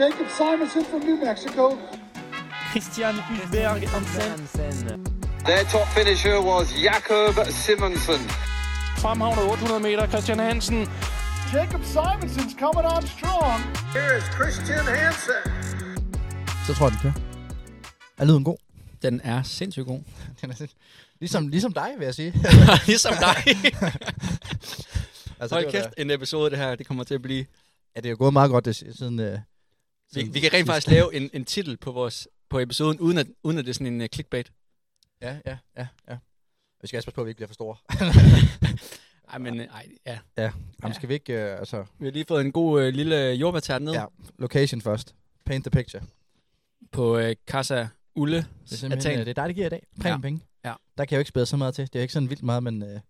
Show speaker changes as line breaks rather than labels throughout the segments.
Jacob Simonson from New Mexico.
Christian Hulberg Hansen.
Their top finisher was Jakob Simonsen.
Fremhavnet 800 meter, Christian Hansen.
Jacob Simonson's coming on strong.
Here is Christian Hansen.
Så tror jeg, den kører. Er lyden god?
Den er sindssygt god.
Den er sind- ligesom, ligesom dig, vil jeg sige.
ligesom dig.
altså,
Hold
det var
kæft,
da-
en episode det her, det kommer til at blive.
Ja, det er jo gået meget godt det, si- siden... Øh,
Vi,
siden
vi kan rent
sidst.
faktisk lave en, en titel på vores på episoden, uden at, uden at det er sådan en uh, clickbait.
Ja, ja, ja, ja. Vi skal også passe på, at vi ikke bliver for store.
Ej, men øh, ej, ja.
ja. Jamen, skal vi ikke... Øh, altså,
Vi har lige fået en god øh, lille jordbærtær ned
Ja. location først. Paint the picture.
på øh, Casa Ulle.
Det er, simpelthen, øh, det er dig, der giver i dag. Præmien
Ja.
penge.
Ja.
Der kan jeg jo ikke spæde så meget til. Det er jo ikke sådan vildt meget, men... Øh,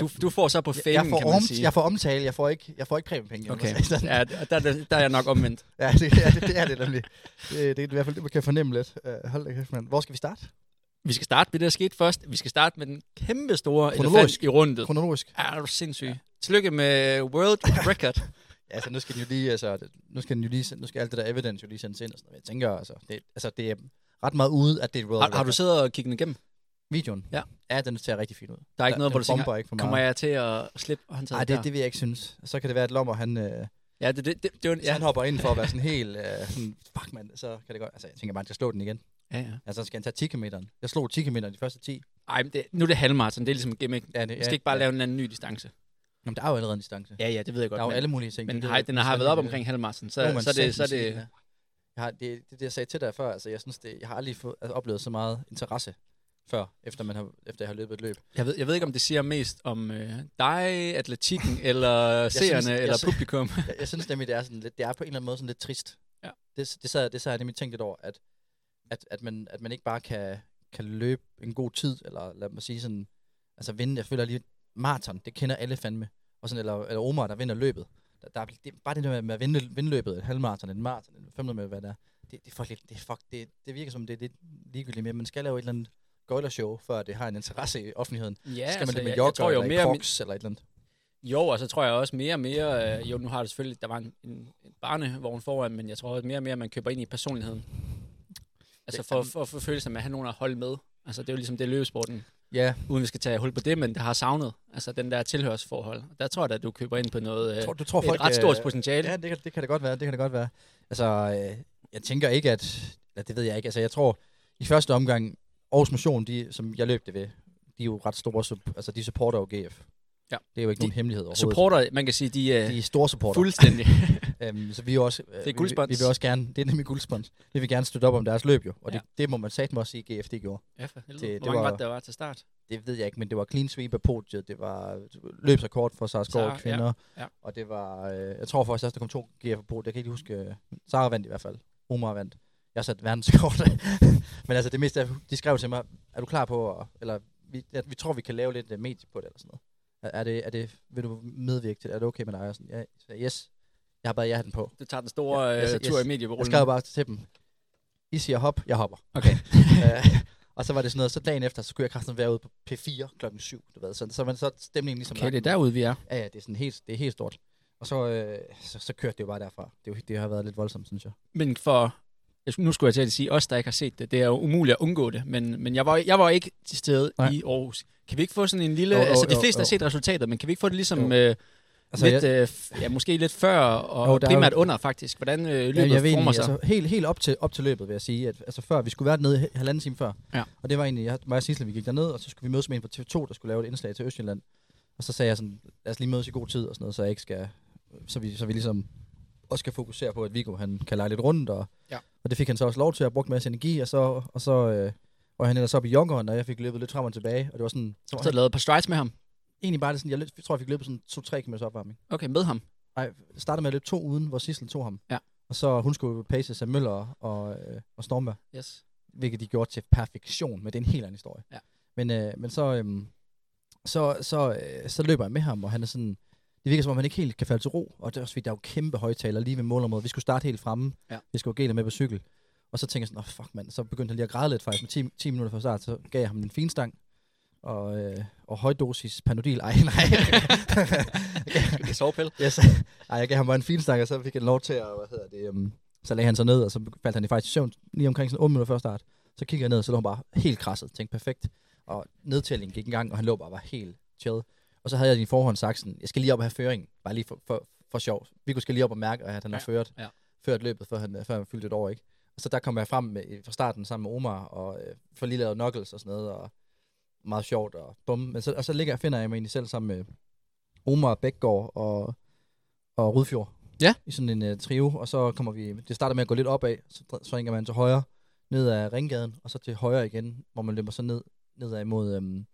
Du, du får så på
jeg, jeg,
famen,
får
kan man sige.
jeg får omtale, jeg får ikke, jeg får ikke præmiepenge.
Okay,
Sådan.
ja, og der, der, der er jeg nok omvendt.
Ja, det, ja, det, det er det nemlig. Det, det er i hvert fald det, man kan fornemme lidt. Uh, hold da kæft, mand. Hvor skal vi starte?
Vi skal starte med det, der skete først. Vi skal starte med den kæmpe store elefant
Kronologisk.
i rundet.
Kronologisk.
Ja, Er du sindssyg? Ja. Tillykke med World Record.
Ja, altså, nu skal den jo lige, altså, nu skal den jo lige, send- nu skal alt det der evidence jo lige sendes ind og sådan noget. Jeg tænker, altså, det, altså, det er ret meget ude, at det er et world
har, har du
record.
siddet og kigget den igennem?
videoen?
Ja.
Ja, den ser rigtig fin ud.
Der er ikke noget, hvor du
den
tænker,
bomber ikke for
kommer
meget.
jeg til at slippe håndtaget
Nej,
der?
det, det vil jeg ikke synes. Så kan det være, at Lommer, han, øh,
Ja, det, det, det, det, var,
ja.
ja.
han hopper ind for at være sådan helt, øh, sådan, fuck mand, så kan det godt. Altså, jeg tænker bare, at jeg slår den igen.
ja, ja.
Altså, så skal han tage 10 km. Jeg slog 10 km de første 10.
Ej, men det, nu er det halvmarathon, det er ligesom gimmick.
Ja, det,
Vi skal ikke bare lave en eller anden ny distance.
Jamen, der er jo allerede en distance.
Ja, ja, det ved jeg
der er jo
men
alle mulige ting.
men
Det ved
har,
jeg
den
ikke.
har været op
Det-
omkring halvmarathon, så,
Jo, men
så, er det, så er
satans,
det...
ja. Jeg har, det, det, det, jeg sagde til dig før, altså jeg synes, det, jeg har aldrig fået, altså, oplevet så meget interesse før, efter, man har, efter jeg har løbet et løb.
Jeg ved, jeg ved ikke, om det siger mest om øh, dig, atletikken, eller
synes-
seerne,
jeg
eller
synes-
publikum.
Jeg, jeg synes nemlig, det er, sådan lidt, det er på en eller anden måde sådan lidt trist.
Ja.
Det, det, sad, det sad jeg nemlig tænkt lidt over, at, at, at, man, at man ikke bare kan, kan løbe en god tid, eller lad mig sige sådan, altså vinde, jeg føler lige, maraton, det kender alle fandme. Og sådan, eller, eller Omar, der vinder løbet. Der, der er, det, bare det der med, med at vinde, vinde løbet, et halvmaraton, en maraton, en 500 meter, hvad det er, det, det, er for lidt, det, er fuck, det, det virker som, det er lidt ligegyldigt med, man skal lave et eller andet gøjlershow, før det har en interesse i offentligheden.
Ja,
Ja, skal man det
altså,
med
jeg,
jogger,
jeg tror jo
eller
mere,
mere,
og
crocs, eller et eller andet.
Jo, og så tror jeg også mere og mere, øh, jo nu har du selvfølgelig, der var en, en, en barnevogn foran, men jeg tror også mere og mere, man køber ind i personligheden. Altså for, for, for følelsen af at have nogen at holde med. Altså det er jo ligesom det løbesporten,
Ja,
uden vi skal tage hul på det, men det har savnet. Altså den der tilhørsforhold. Der tror jeg da, at du køber ind på noget, øh,
tror, du tror
et
folk...
ret stort
øh,
potentiale.
Ja, det kan, det kan det godt være, det kan det godt være. Altså, øh, jeg tænker ikke, at... Eller det ved jeg ikke. Altså, jeg tror, i første omgang, Aarhus Motion, de, som jeg løb det ved, de er jo ret store, sup- altså de supporter jo GF.
Ja.
Det er jo ikke
De-
de, nogen hemmelighed overhovedet.
Supporter, man kan sige, de er
De er store supporter.
fuldstændig.
Øhm, så vi er jo også... Øh,
guldspons.
Vi, vi, vil også gerne, det er nemlig guldspons. Vi vil gerne støtte op om deres løb jo. Og det, det må man satme også sige, GF det gjorde.
ja, for helvede. Det,
Det- det
Hvor mange var
var-
det, der var til start?
Det ved jeg ikke, men det var clean sweep af podiet. Det var øh, løbsrekord for Sara
Sarah,
Skov
ja,
kvinder.
ja.
Og det var... Øh, jeg tror faktisk også, der kom to GF på podiet. Jeg kan ikke huske... Øh, Sara vandt i hvert fald. Omar vandt. Jeg satte verdenskort. men altså det meste, af- de skrev til mig, er du klar på, at, eller vi, at vi tror, vi kan lave lidt øh, medie på det, eller sådan noget. Er, er, det, er det, vil du medvirke til det? Er det okay med dig? Og sådan, ja, så jeg, yes. Jeg har bare ja den på.
Du tager den store
Ja, jeg-
øh,
jeg-
tur i
Jeg
medieberullen.
skrev bare til dem, I siger hop, jeg hopper.
Okay.
Øh, og så var det sådan noget, så dagen efter, så skulle jeg kraften være ude på P4 klokken 7, du ved. Så, så, man, så er stemningen ligesom...
okay,
lagt.
det er derude, vi er.
Ja, ja, det er sådan helt, det er helt stort. Og så, øh, så, så kørte det jo bare derfra. Det, er jo, det har været lidt voldsomt, synes jeg.
men for, jeg skulle- nu skulle jeg til at sige, os der ikke har set det, det er jo umuligt at undgå det, men, men jeg, var, jeg var ikke til stede
Nej.
i Aarhus. Kan vi ikke få sådan en lille,
Jo,
jo,
jo,
altså de
jo,
fleste har
jo.
set resultatet, men kan vi ikke få det ligesom
Jo.
øh, altså,
Altså,
lidt, øh, f- ja, måske lidt før og
Jo,
jo,
der er
primært
jo-
under faktisk, hvordan øh, løbet
Jamen,
ja,
jeg ved
former
egentlig,
sig? Altså,
altså, helt, helt op til, op til løbet, vil jeg sige. At, altså før, vi skulle være nede halvanden time før.
Ja.
Og det var egentlig, jeg, mig og Sissel, vi gik derned, og så skulle vi mødes med en fra TV2, der skulle lave et indslag til Østjylland. Og så sagde jeg sådan, lad os lige mødes i god tid og sådan noget, så jeg ikke skal, så vi, så vi ligesom også skal fokusere på, at Viggo han kan lege lidt rundt, og,
Ja.
og det fik han så også lov til at bruge en masse energi, og så, og så øh, og han ellers op i joggeren, og jeg fik løbet lidt frem og tilbage, og det var sådan, så var
så
han,
lavede et par strides med ham.
egentlig bare det sådan, jeg, løb, jeg tror, jeg fik løbet sådan 2-3 km opvarmning.
Okay, med ham.
Nej, startede med at løbe to uden, hvor Sissel tog ham.
Ja.
Og så hun skulle paces af Møller og, øh, og Stormberg,
Yes.
hvilket de gjorde til perfektion, men det er en helt anden historie.
Ja.
Men, øh, men så, øh, så, så, øh, så løber jeg med ham, og han er sådan, det virker som om, han ikke helt kan falde til ro, og det er også fordi, der er jo kæmpe højtaler lige ved målområdet. Vi skulle starte helt fremme,
Ja.
vi skulle have Gela med på cykel. Og så tænker jeg sådan, oh, fuck mand, så begyndte han lige at græde lidt faktisk, med 10, 10 minutter fra start, så gav jeg ham en fin stang, og, øh, og højdosis panodil. Ej, nej.
Sovepille.
Yes. Ej, jeg gav ham bare en fin snak, og så fik han lov til at, hvad hedder det, um, Så lagde han sig ned, og så faldt han i faktisk i søvn lige omkring sådan 8 minutter før start. Så kiggede jeg ned, og så lå han bare helt krasset. Tænkte perfekt. Og nedtællingen gik en gang, og han lå bare og var helt chill. Og så havde jeg din forhånd sagt sådan, jeg skal lige op og have føringen. Bare lige for, for, for sjov. Vi skal lige op og mærke, at han har
Ja,
ført,
ja.
ført løbet, før han, før han fyldte et år, ikke? Og så der kom jeg frem med, fra starten sammen med Omar, og øh, for lige lavet knuckles og sådan noget, og meget sjovt og bum. Men så, og så ligger, finder jeg mig egentlig selv sammen med Omar, Bækgaard og, og Rudfjord.
Ja.
I sådan en uh, trio, og så kommer vi, det starter med at gå lidt opad, så dre- svinger man til højre, ned ad ringgaden, og så til højre igen, hvor man løber så ned, nedad imod, øhm,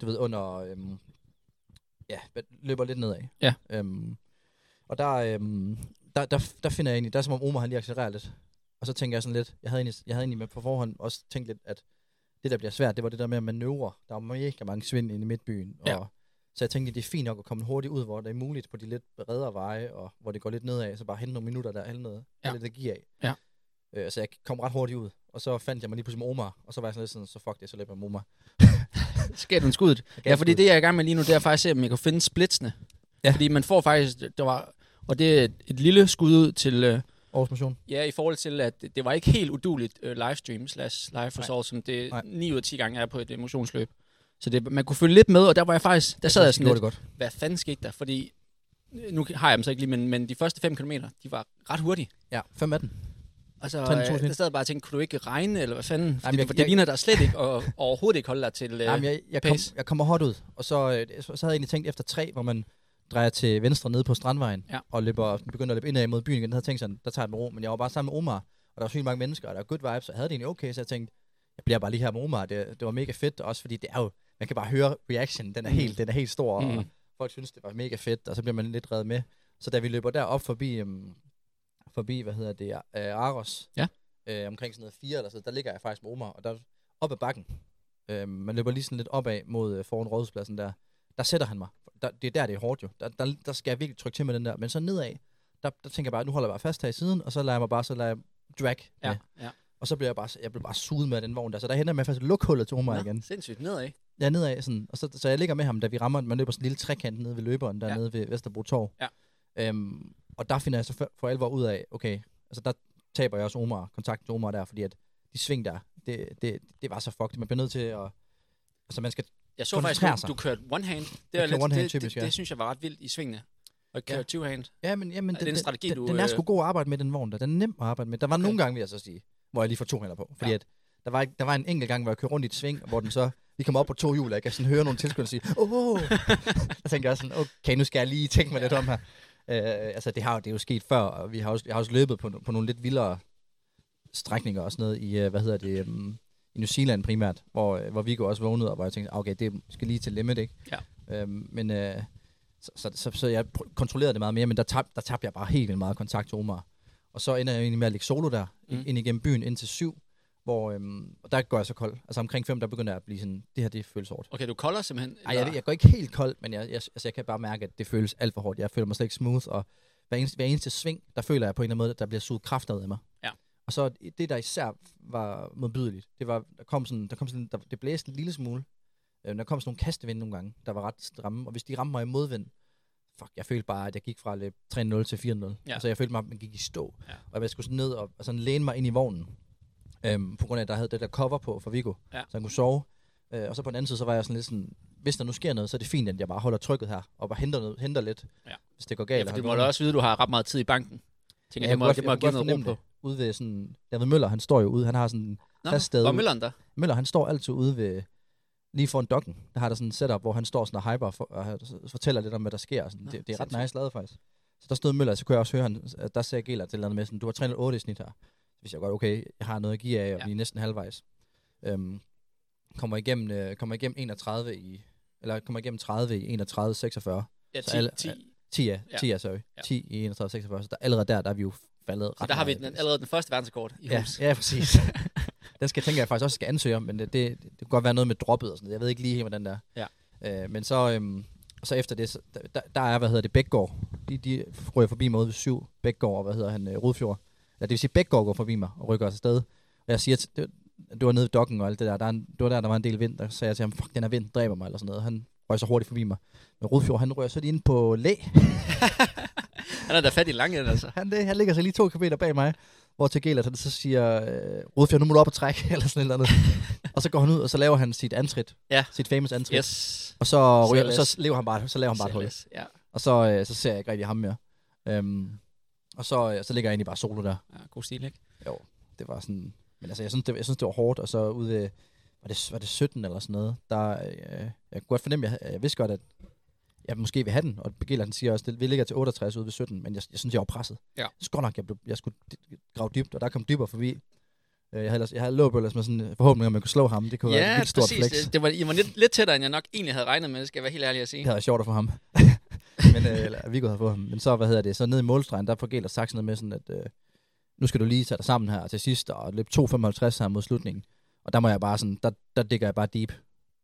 du ved, under, øhm, ja, hvad- løber lidt nedad.
Ja.
Øhm, og der, øhm, der, der, der finder jeg egentlig, der er som om Omar han lige accelererer lidt, og så tænker jeg sådan lidt, jeg havde egentlig, jeg havde egentlig med på forhånd også tænkt lidt, at det der bliver svært, det var det der med at manøvre. Der var mega mange svind inde i midtbyen, og
Ja.
så jeg tænkte, det er fint nok at komme hurtigt ud, hvor det er muligt på de lidt bredere veje, og hvor det går lidt nedad, så bare hente nogle minutter der, alle noget,
Ja.
ja. lidt energi af.
Ja.
Øh, så jeg kom ret hurtigt ud, og så fandt jeg mig lige pludselig med Omar, og så var jeg sådan lidt sådan, så fuck det, så løber jeg med Omar.
Skal den skuddet? Ja, fordi det, jeg er i gang med lige nu, det er faktisk at se, om jeg kan finde splitsene. Ja.
Ja.
Fordi man får faktisk, der var, og det er et, et lille skud ud til, øh,
Aarhus Motion.
ja, i forhold til, at det, det var ikke helt uduligt øh, livestream slash live result, som det
Nej.
9 ud af 10 gange er på et emotionsløb. Så det, man kunne følge lidt med, og der var jeg faktisk, der sad jeg sådan
gjorde
lidt,
det godt.
hvad fanden skete der? Fordi, øh, nu har jeg dem så ikke lige, men, men de første 5 km, de var ret hurtige.
Ja, 5 af den.
Og så,
Tag den to
øh,
svind.
der sad jeg bare og tænkte, kunne du ikke regne, eller hvad fanden? Fordi, Jamen,
Jamen,
jeg,
jeg-
det, det
jeg-
ligner der slet ikke, og, og overhovedet ikke holde dig til... Øh,
Jamen, jeg, jeg, kom,
pace.
jeg kommer hot ud, og så, øh, så, så havde jeg egentlig tænkt efter tre, hvor man drejer til venstre nede på Strandvejen,
Ja.
og løber, begynder at løbe indad mod byen igen. Jeg havde tænkt sådan, der tager jeg den med ro, men jeg var bare sammen med Omar, og der var sygt mange mennesker, og der var good vibes, og jeg havde det egentlig okay, så jeg tænkte, jeg bliver bare lige her med Omar. Det, det var mega fedt, også fordi det er jo, man kan bare høre reaction, den er helt, den er helt stor,
Mm.
og folk synes, det var mega fedt, og så bliver man lidt reddet med. Så da vi løber derop forbi, øhm, forbi hvad hedder det, øh, Aros,
Ja.
øh, omkring sådan noget fire eller sådan, der ligger jeg faktisk med Omar, og der op ad bakken, øh, man løber lige sådan lidt opad mod øh, foran rådhuspladsen der, der sætter han mig. Der, det er der, det er hårdt jo. Der, der, der skal jeg virkelig trykke til med den der, men så nedad, der, der tænker jeg bare, nu holder jeg bare fast her i siden, og så lader jeg mig bare, så lader jeg drag med.
ja, ja.
Og så bliver jeg bare, jeg bliver bare suget med af den vogn der. Så der hænder jeg med faktisk at lukke hullet til Omar
Nå,
igen.
Sindssygt nedad.
Ja, nedad sådan. Og så, så jeg ligger med ham, da vi rammer, man løber sådan en lille trekant nede ved løberen, der
Ja.
ja. nede ved Vesterbro Torv.
Ja.
Øhm, og der finder jeg så for, for alvor ud af, okay, altså der taber jeg også Omar, kontakten til Omar der, fordi at de sving der, det, det, det var så fucked. Man bliver nødt til at, altså man skal,
Jeg så
Koncentrerer
faktisk, at
sig.
du kørte one hand. Det,
Jeg
var
kører
lidt,
one hand
det,
typisk,
det,
ja.
det, synes jeg var ret vildt i svingene. Og køre
Ja.
two hand.
ja, men, ja, men
Er det en strategi,
den,
du,
den er
øh,
sgu god at arbejde med, den vogn der. Den er nem at arbejde med. Der var
Okay.
okay. nogle gange, vil jeg så sige, hvor jeg lige får to hænder på,
Ja.
fordi ja. at der var, ikke- der var en enkelt gang, hvor jeg kørte rundt i et sving, hvor den så, vi kommer op på to hjul, og jeg kan sådan høre nogle tilskuere sige, åh, oh! der tænker jeg sådan, okay, nu skal jeg lige tænke mig lidt om her. Øh, altså, det har jo- det er jo sket før, og vi har også, jeg har også løbet på, no- på nogle lidt vildere strækninger og sådan noget i, øh, hvad hedder det, um, i New Zealand primært, hvor, øh, hvor Viggo også vågnede, og hvor jeg tænkte, okay, det skal lige til limit, ikke?
Ja.
Øhm, men øh, så, så, så, så, jeg pr- kontrollerede det meget mere, men der, tab, der tabte jeg bare helt vildt meget kontakt til Omar. Og så ender jeg egentlig med at ligge solo der,
Mm.
mm. ind igennem byen, ind til syv, hvor, øhm, og der går jeg så kold. Altså omkring fem, der begynder jeg at blive sådan, det her, det føles hårdt.
Okay, du kolder simpelthen.
Ej, jeg, jeg går ikke helt kold, men jeg, jeg, altså, jeg kan bare mærke, at det føles alt for hårdt. Jeg føler mig slet ikke smooth, og hver eneste, hver eneste sving, der føler jeg på en eller anden måde, at der bliver suget kraft ud af mig.
Ja.
Og så det, der især var modbydeligt, det var, der kom sådan, der kom sådan, der, det blæste en lille smule. Øh, der kom sådan nogle kastevinde nogle gange, der var ret stramme, og hvis de ramte mig i modvind, fuck, jeg følte bare, at jeg gik fra at løbe 3-0 til 4-0.
Ja.
Ja. Altså, jeg følte mig, at man gik i stå,
Ja.
ja. og jeg skulle sådan ned og, og sådan læne mig ind i vognen, øhm, på grund af, at der havde det der cover på for Vigo,
Ja.
så han kunne sove. Øh, og så på den anden side, så var jeg sådan lidt sådan, hvis der nu sker noget, så er det fint, at jeg bare holder trykket her, og bare henter, noget, henter lidt,
Ja.
hvis det går
ja,
galt.
for du
og han
må da
vågner.
også vide, at du har ret meget tid i banken. Tænker, ja, det
kunne
må, det må
kunne
give noget ro
fornemme
på.
det. Ude ved sådan, David Møller, han står jo ude, han har sådan,
Nå,
fast sted
var
ud.
Mølleren der?
Møller, han står altid ude ved, lige foran dokken, der har der sådan en setup, hvor han står sådan og hyper for, og han s- fortæller lidt om, hvad der sker. Og sådan.
Nå,
Det, det, er ret
sindssygt.
nice lavet, faktisk. Så der stod Møller, så kunne jeg også høre, han, at der sagde Gellert et eller andet med, sådan, du har 308 i snit her. Så vidste jeg godt, okay, jeg har noget at give af, og
Ja.
ja. vi er næsten halvvejs. Øhm, kommer, igennem, øh, kommer igennem 31 i, eller kommer igennem 30 i 31, 46.
Ja,
Så
10,
alle-
10.
10 ja,
Ja.
10 ja, sorry.
Ja.
10 i 31, 46. Så der, allerede der, der er vi jo faldet ret
Så der har vi
meget.
den, allerede den første verdenskort i
Ja,
hus.
ja, præcis. den skal, tænker jeg faktisk også skal ansøge om, men det, det, det kunne godt være noget med droppet og sådan noget. Jeg ved ikke lige helt, hvordan det er. Ja. Øh, men så, øhm, så efter det, så, der- der, der, er, hvad hedder det, Bækgaard. De, de ryger forbi mig ude ved syv. Bækgaard og, hvad hedder han, øh, Rudfjord. Eller det vil sige, Bækgaard går forbi mig og rykker os afsted. Og jeg siger, til- det, du var nede ved dokken og alt det der. der er en, det var der, der var en del vind. Der sagde jeg til ham, fuck, den her vind dræber mig eller sådan noget. Han røg så hurtigt forbi mig. Men Rudfjord, han rører så lige ind på læ.
Han er da fat i langen, altså.
Han, det, han ligger så lige to kilometer bag mig, hvor Tegela så, så siger, øh, Rudfjord, nu må du op og trække, eller sådan et eller andet. og så går han ud, og så laver han sit antrit,
Ja.
sit famous antrit.
Yes.
Og så, ryger,
Sejlads.
så, lever han bare, så laver han bare et hul.
Sejlads, Ja,
Og så, øh, så ser jeg ikke rigtig ham mere. Øhm, og så, øh, så ligger jeg egentlig bare solo der.
ja god stil, ikke?
Jo, det var sådan... Men altså, jeg synes, det, jeg synes, det var hårdt, og så ude ved, var det, var det 17 eller sådan noget, der, øh, jeg kunne godt fornemme, jeg, jeg vidste godt, at jeg måske vil have den, og Begela, han siger også, at vi ligger til 68 ude ved 17, men jeg, jeg synes, jeg var presset.
Ja.
Jeg synes godt nok, jeg, blev, jeg skulle d- grave dybt, og der kom dybere forbi. Øh, Jeg havde, ellers- jeg havde låbøl, med sådan en forhåbning, om jeg kunne slå ham. Det kunne være et
Ja,
vildt stort
præcis.
flex.
Det, det var, I var lidt, lidt tættere, end jeg nok egentlig havde regnet med, det skal jeg være helt ærlig at sige.
Det havde været sjovt at få ham. men øh, eller, vi kunne have fået ham. Men så, hvad hedder det, så ned i målstregen, der får Gæler sagt sådan noget med sådan, at øh, nu skal du lige tage dig sammen her til sidst, og løb 2.55 her mod slutningen. Og der må jeg bare sådan, der, der digger jeg bare deep.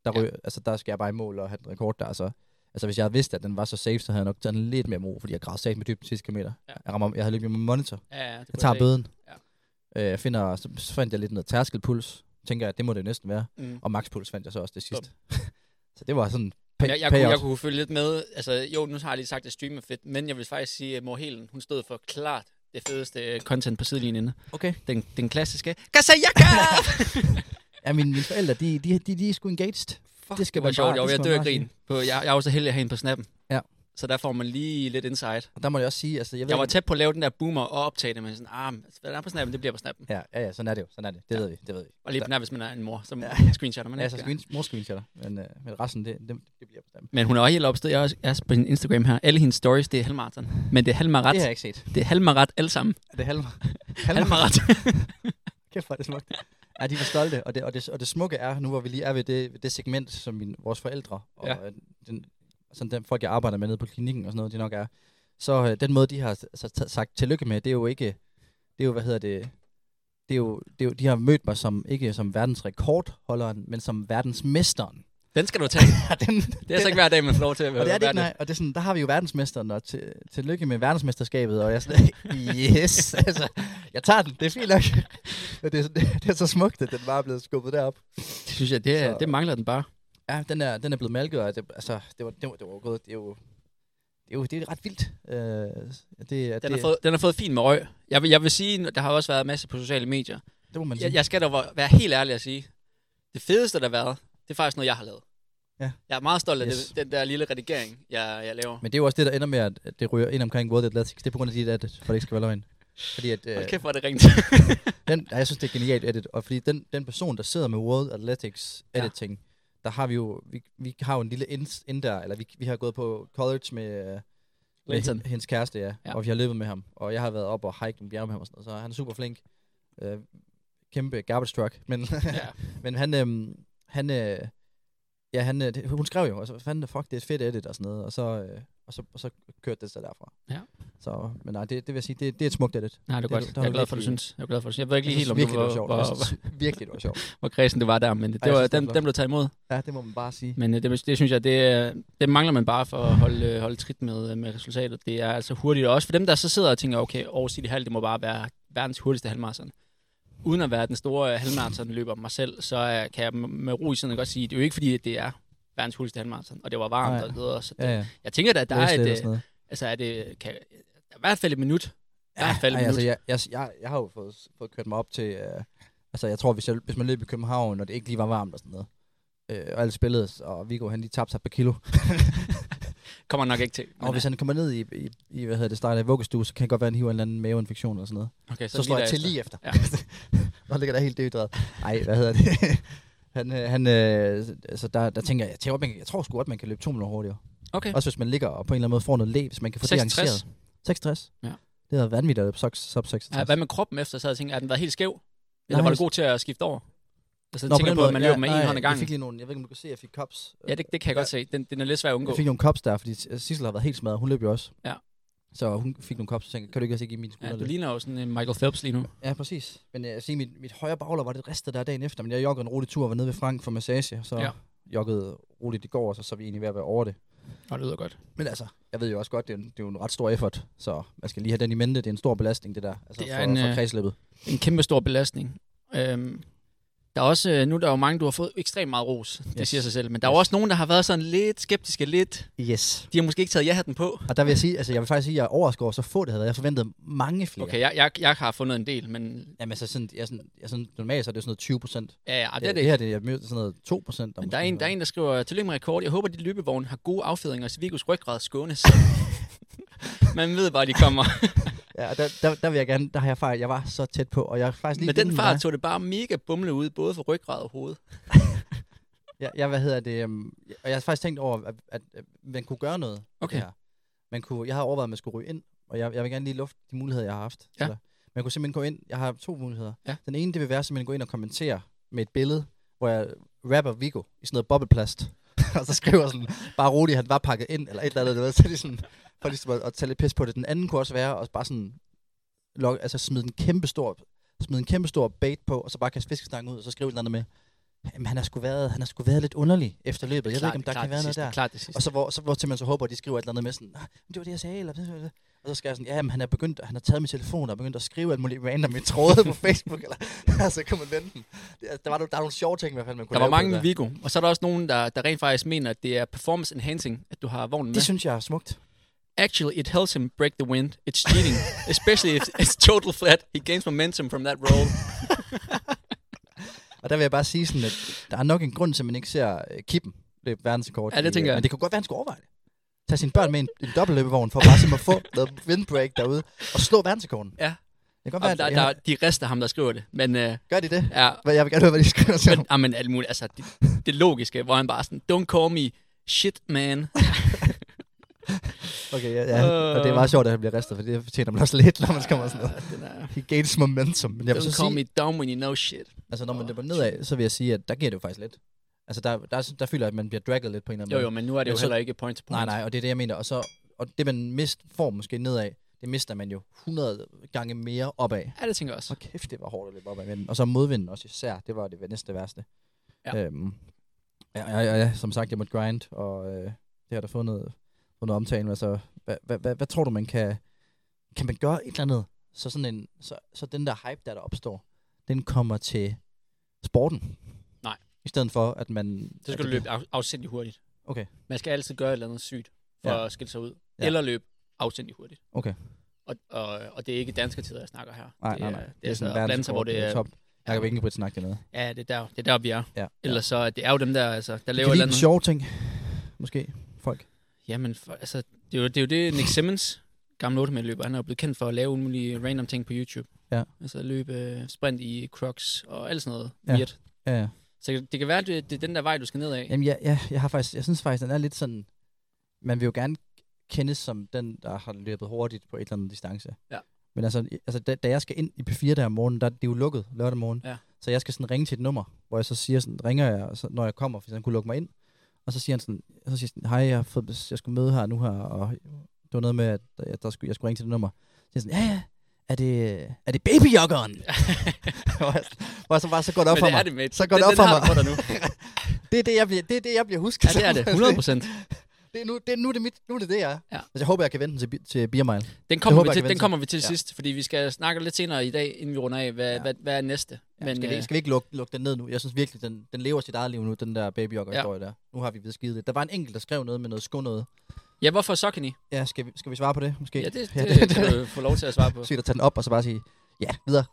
Der,
Ja.
ryger, altså, der skal jeg bare i mål og have den rekord der. Altså, altså hvis jeg havde vidst, at den var så safe, så havde jeg nok taget den lidt mere mod, fordi jeg græd sat med dybt den sidste kilometer.
Ja.
Ja. Jeg, rammer, jeg havde løbet med monitor.
Ja, ja, det
Jeg
kunne
tager
se.
bøden.
Ja.
Øh, jeg finder, så, så fandt jeg lidt noget tærskelpuls. Tænker jeg, det må det jo næsten være.
Mm.
Og maxpuls fandt jeg så også det sidste. så det var sådan pay,
Men jeg, jeg, kunne,
payout.
jeg kunne følge lidt med. Altså, jo, nu har jeg lige sagt, at stream er fedt, men jeg vil faktisk sige, at Mor Helen, hun stod for klart det fedeste øh, content på sidelinjen. inde.
Okay.
Den, den klassiske Kasayaka!
Ja, mine, mine forældre, de, de, de, de er sgu engaged.
Fuck,
Det skal
var
man
sjovt.
bare-
Jeg var
det
ved at
skal
dø
man
af
bare
grin. På, jeg, jeg var så heldig at have hende på snappen.
Ja.
Så der får man lige lidt insight.
Og der må jeg også sige, altså, jeg ved
Jeg var
ikke-
tæt på at lave den der boomer og optage det, men sådan, ah, men hvad der er på snappen, det bliver på snappen.
Ja, ja, ja, sådan er det jo, sådan er det. Det ved vi, det ved vi.
Og lige
Der-
på nær, hvis man er en mor, så
Ja.
screenshotter man
Ja, så
ikke.
screen, mor screen til dig, men, øh, men resten, det, det, det bliver bestemt.
Men hun er også helt opstået. Jeg er også- jeg er også på hendes Instagram her. Alle hendes stories, det er halvmarathon. Men det er halvmarat.
Det har jeg ikke set.
Det er halvmarat alle sammen.
Er det halv?
Halvmarat.
Kæft, hvor er det smukt. Ja, de var stolte, og det, og, det, og det smukke er, nu hvor vi lige er ved det, ved det segment, som min, vores forældre og
Ja.
ja. den, sådan den folk, jeg arbejder med nede på klinikken og sådan noget, de nok er, så øh, den måde, de har s- så, t- sagt tillykke med, det er jo ikke, det er jo, hvad hedder det, det er jo, det er jo, de har mødt mig som, ikke som verdensrekordholderen, men som verdensmesteren.
Den skal du tage.
Ja, den,
Det er altså ikke hver dag, man får lov til at være
og det er det ikke, nej. Og det er sådan, der har vi jo verdensmesteren, og til, tillykke med verdensmesterskabet. Og jeg er sådan, yes, altså, jeg tager den, det er fint nok. Og det, er, sådan- det er så smukt, at den bare er blevet skubbet derop.
Det synes jeg, det, er,
Så-
det mangler den bare.
Ja, den er, den er blevet malket, og det, altså, det var, det var, det var gået, det er jo, det er jo det er ret vildt. Øh, det,
Den,
det,
har fået, den har fået fint med røg. Jeg vil, jeg vil sige, der har også været masse på sociale medier.
det må man sige.
Jeg, jeg skal da være- være helt ærlig at sige, det fedeste, der har været, det er faktisk noget, jeg har lavet.
Ja.
Jeg er meget stolt af
Yes.
yes. den, den der lille redigering, jeg, jeg laver.
Men det er jo også det, der ender med, at at det ryger ind omkring World Athletics. Det er på grund af dit edit, for det ikke skal være løgn. Fordi at, øh,
Hold kæft, hvor er det ringt.
den, ja, jeg synes, det er genialt edit. Og fordi den, den person, der sidder med World Athletics
Ja.
editing, der har vi jo, vi, vi har jo en lille ind, ind der, eller vi, vi har gået på college med, øh, med
Linton.
hen- hendes kæreste, ja,
Ja.
ja. Og vi har løbet med ham. Og jeg har været op og hiket en bjerg med ham og sådan noget. Så han er super flink. Øh, kæmpe garbage truck. Men,
ja.
ja. men han, øh, han, øh, ja, han, øh, det- hun skrev jo, altså, hvad fanden, fuck, det er et fedt edit og sådan noget. Og så, øh, og så, og så kørte det sig derfra.
Ja.
Så, men nej, det, det vil jeg sige, det, det er et smukt edit.
Nej, det er
Det-
godt.
der
jeg er
var
glad for, du
virkelig-
synes. Jeg er glad for, du synes. Jeg ved ikke
Jeg
lige helt,
synes
om du
virkelig, det
var,
var sjovt. Jeg
hvor,
synes virkelig, det var sjovt.
hvor kredsen det var der, men det
jeg
var,
synes, det
den,
var
den blev taget imod.
Ja, det må man bare sige.
Men øh, det, det synes jeg, det, er- det mangler man bare for at holde, øh, holde trit med, øh, med resultatet. Det er altså hurtigt. Og Også for dem, der så sidder og tænker, okay, Aarhus City Halv, det må bare være verdens hurtigste halvmarathon. Uden at være den store øh, halvmarathonløber mig selv, så øh, kan jeg m- med ro i sådan godt sige, det er jo ikke fordi, at det er verdens hurtigste halvmarathon, og det var varmt
Nej.
og leder, så det,
Ja, ja.
Jeg tænker da, at der
Læs
er
lidt og
et,
sådan
øh,
noget.
altså er det, kan, i hvert fald et minut. I hvert fald et
Ej,
minut.
altså, jeg, jeg, jeg, jeg har jo fået, fået kørt mig op til... Øh, altså, jeg tror, hvis, jeg, hvis man løb i København, og det ikke lige var varmt og sådan noget, øh, og alle spillede, og Viggo han lige tabte sig et par kilo.
Kommer nok ikke til. men,
og hvis han kommer ned i, i, i hvad hedder det, starter i vuggestue, så kan det godt være, at han hiver en eller anden maveinfektion eller sådan noget.
øh, okay,
Så, så slår jeg til lige efter.
Ja.
Ja. og ligger der helt døddret. Ej, hvad hedder det? han, øh, han, øh, altså, der, der tænker jeg, jeg tror, man, jeg tror sgu godt, man kan løbe to minutter hurtigere.
Okay.
Også hvis man ligger og på en eller anden måde får noget læ, hvis man kan få
66.
det arrangeret. 66?
Ja.
Det hedder vanvittigt at løbe sub- sub 66.
Ja, hvad med kroppen efter? Så havde jeg tænkt, er den været helt skæv? Eller
Nej,
var du
hvis-
god til at skifte over? Altså, Nå, tænker
den
på, at man
måde,
løber med en hånd ad
Jeg
gangen.
fik lige nogle, jeg ved ikke, om du kan se, at jeg fik kops.
Ja, det, det kan jeg godt se. Den, den er lidt svær at undgå.
Jeg fik nogle kops der, fordi Sissel har været helt smadret. Hun løb jo også.
Ja.
Så hun fik nogle kops, så tænkte, jeg, kan du ikke også give min skulder
Ja, du
lidt?
ligner jo sådan en Michael Phelps lige nu.
Ja, præcis. Men øh, jeg siger, mit, mit højre bagler var det ristet der dagen efter, men jeg joggede en rolig tur og var nede ved Frank for massage, så
Ja.
ja. joggede roligt i går, og så, så er vi egentlig ved at være over det.
Nå, det lyder godt.
Men altså, jeg ved jo også godt, det er, en, det er jo en ret stor effort, så man skal lige have den i mente. Det er en stor belastning, det der,
Det
altså
øh,
det
er
for,
en,
en, for
øh,
kredsløbet.
En kæmpe stor belastning. Øhm, Der er også, øh, nu er der jo mange, du har fået ekstremt meget ros, det
Yes.
yes. siger sig selv, men der er jo også nogen, der har været sådan lidt skeptiske, lidt.
Yes.
De har måske ikke taget ja-hatten på.
Og der vil jeg sige, altså jeg vil faktisk sige, at jeg er overrasket over, så få det havde. været. Jeg forventede mange flere.
Okay, jeg, jeg, jeg har fundet en del, men
Jamen, altså sådan, jeg, er sådan, jeg er sådan, normalt så er det jo sådan noget 20 procent.
ja, ja, Ah, det er det
det
ikke.
her det er mere sådan noget 2 procent.
Men der er, en, der er en, der skriver, tillykke med rekord. Jeg håber, dit løbevogn har gode affjedringer, så Vigos ryggrad skånes. Man ved bare, de kommer.
Ja, og der, der, der, vil jeg gerne, der har jeg fejl. Jeg var så tæt på, og jeg er faktisk lige...
Med den
inden
fart
dig.
tog det bare mega bumle ud, både for ryggrad og hoved.
Jeg, jeg, hvad hedder det? Um, og jeg har faktisk tænkt over, at, at, at man kunne gøre noget. ved
Okay.
Det her. Man kunne, jeg har overvejet, at man skulle ryge ind, og jeg, jeg vil gerne lige lufte de muligheder, jeg har haft.
Ja.
Så man kunne simpelthen gå ind. Jeg har to muligheder.
Ja.
Den ene, det vil være simpelthen at gå ind og kommentere med et billede, hvor jeg rapper Vigo i sådan noget bobleplast. og så skriver sådan, bare roligt, han var pakket ind, eller et eller andet, du ved, så det er sådan, for ligesom at, at tage lidt pis på det. Den anden kunne også være, at bare sådan, log, altså smide en kæmpe stor, smide en kæmpe stor bait på, og så bare kaste fiskestangen ud, og så skrive et eller andet med, Jamen, han har sgu været, han har sgu været lidt underlig efter løbet. Jeg ved ikke, om der kan være noget der.
Klart det sidste.
Og så hvor, så hvor til man så håber, at de skriver et eller andet med sådan, "Ah, men det var det, jeg sagde, eller det, det, det." og så skal jeg sådan, ja, men han er begyndt, han har taget min telefon og begyndt at skrive alt muligt random i tråde på Facebook, eller altså, kan man vende den. Det, altså, der, var, no- der var nogle sjove ting, i hvert fald, man kunne
Der var
lave på
mange
det
med Vigo. Og så er der også nogen, der, der rent faktisk mener, at det er performance enhancing, at du har vognen med.
Det synes jeg er smukt.
Actually, it helps him break the wind. It's cheating. Especially if it's total flat. He gains momentum from that roll.
Og der vil jeg bare sige sådan, at der er nok en grund til, at man ikke ser uh, Kippen løbe verdensrekord.
Ja, det
i, øh,
tænker jeg.
Men det kunne godt være, at han skulle overveje det. Tag sine børn med en, en dobbeltløbevogn for bare simpelthen at få noget windbreak derude og slå verdensrekorden.
Ja.
Det kan godt være,
Og
at
der, der, de rester ham, der skriver det. Men øh,
gør de det.
ja,
Hvad- Jeg vil gerne høre, hvad de skriver til
men, ah, men alt muligt. Altså, det, det logiske, hvor han bare er sådan, don't call me shit, man.
Okay, ja, ja. og det
Øh.
er meget sjovt, at han bliver ristet, for det fortjener man også lidt, når man kommer sådan noget.
Den er,
He gains momentum. Men jeg vil så
don't call
sige,
me dumb when you know shit.
altså når man løber nedad, så vil jeg sige, at der giver det jo faktisk lidt. Altså der, der, der føler jeg, at man bliver dragget lidt på en eller anden
Jo,
måde.
jo, men nu er det jo
Men så-
heller ikke point to point.
Nej, nej, og det er det, jeg mener. Og, så, og det, man mist, får måske nedad, det mister man jo 100 gange mere opad.
Ja, det tænker jeg også.
Så kæft, det var hårdt at løbe opad med den. Og så modvinden også især, det var det næste værste.
Ja.
Øhm, ja, ja, ja, ja, som sagt, jeg måtte grind, og øh, det har da fået noget, fået noget omtale. Altså, hvad, hvad, hvad, hvad tror du, man kan, kan man gøre et eller andet, så, sådan en, så, så den der hype, der, der opstår, den kommer til sporten?
Nej.
I stedet for, at man...
Så
at
skal du
det-
løbe af, afsindig hurtigt.
Okay.
Man skal altid gøre et eller andet sygt for
Ja.
ja. at skille sig ud.
Ja.
Ja. Eller løbe afsindig hurtigt.
Okay.
Og, og, og det er ikke danske tider, jeg snakker her.
Nej,
det,
nej,
er-
nej.
Det er, det er sådan danser, hvor det er...
top. Jakob Ingebrigt snakker noget.
Ja, det er, der, det er der, vi er.
Ja.
Ellers så, det er jo dem der, altså, der
ja.
laver et
Kan de
eller
lide
andet.
sjove ting, måske, folk?
Jamen, for, altså, det er, jo, det er jo det, Nick Simmons, gammel 8-meter-løber, han er jo blevet kendt for at lave nogle mulige random ting på YouTube.
Ja.
Altså løbe øh, sprint i crocs og alt sådan noget.
Ja.
Ja. Weird.
Ja, ja.
Så det kan være, det, det er den der vej, du skal ned af.
Jamen, ja, ja, jeg, har faktisk, jeg synes faktisk, den er lidt sådan... Man vil jo gerne kendes som den, der har løbet hurtigt på et eller andet distance.
Ja.
Men altså, i- altså da, da, jeg skal ind i P4 der om morgenen, der det er det jo lukket lørdag morgen.
Ja.
Så jeg skal sådan ringe til et nummer, hvor jeg så siger sådan, ringer jeg, og så, når jeg kommer, fordi han kunne lukke mig ind. Og så siger han sådan, så siger jeg sådan hej, jeg, har fået, bes- jeg skulle møde her nu her, og det var noget med, at jeg, der skulle, jeg skulle ringe til det nummer. Så siger jeg sådan, ja, ja, er det, er det babyjoggeren? hvor, jeg, hvor jeg så bare, så går det op
Men
for
det
mig.
er det, mate.
Så går
den,
det op
den
for
har
mig.
du dig nu.
Det er det, jeg bliver, det er det, jeg bliver husket.
Ja, det er det. 100 procent.
Det er nu, det er nu, det er mit, nu er det det, jeg er.
Ja.
Altså, jeg håber, jeg kan vente den til, bi- til Beer Mile.
Den kommer,
håber
håber, vi,
jeg kan
til, den
vente
kommer vi til
Ja.
ja. sidst, fordi vi skal snakke lidt senere i dag, inden vi runder af, hvad,
Ja.
ja. hvad, hvad er næste.
Ja, men, skal, vi,
øh,
skal vi ikke lukke, lukke den ned nu? Jeg synes virkelig, den, den lever sit eget liv nu, den der babyjogger-historie ja. der. Nu har vi beskidt det. Der var en enkelt, der skrev noget med noget sko noget.
ja hvorfor Sokini?
Ja, skal vi, skal vi svare på det, måske?
Ja, det, det, det, kan du få lov til at svare på.
Sygt at tage den op og så bare sige, ja, videre.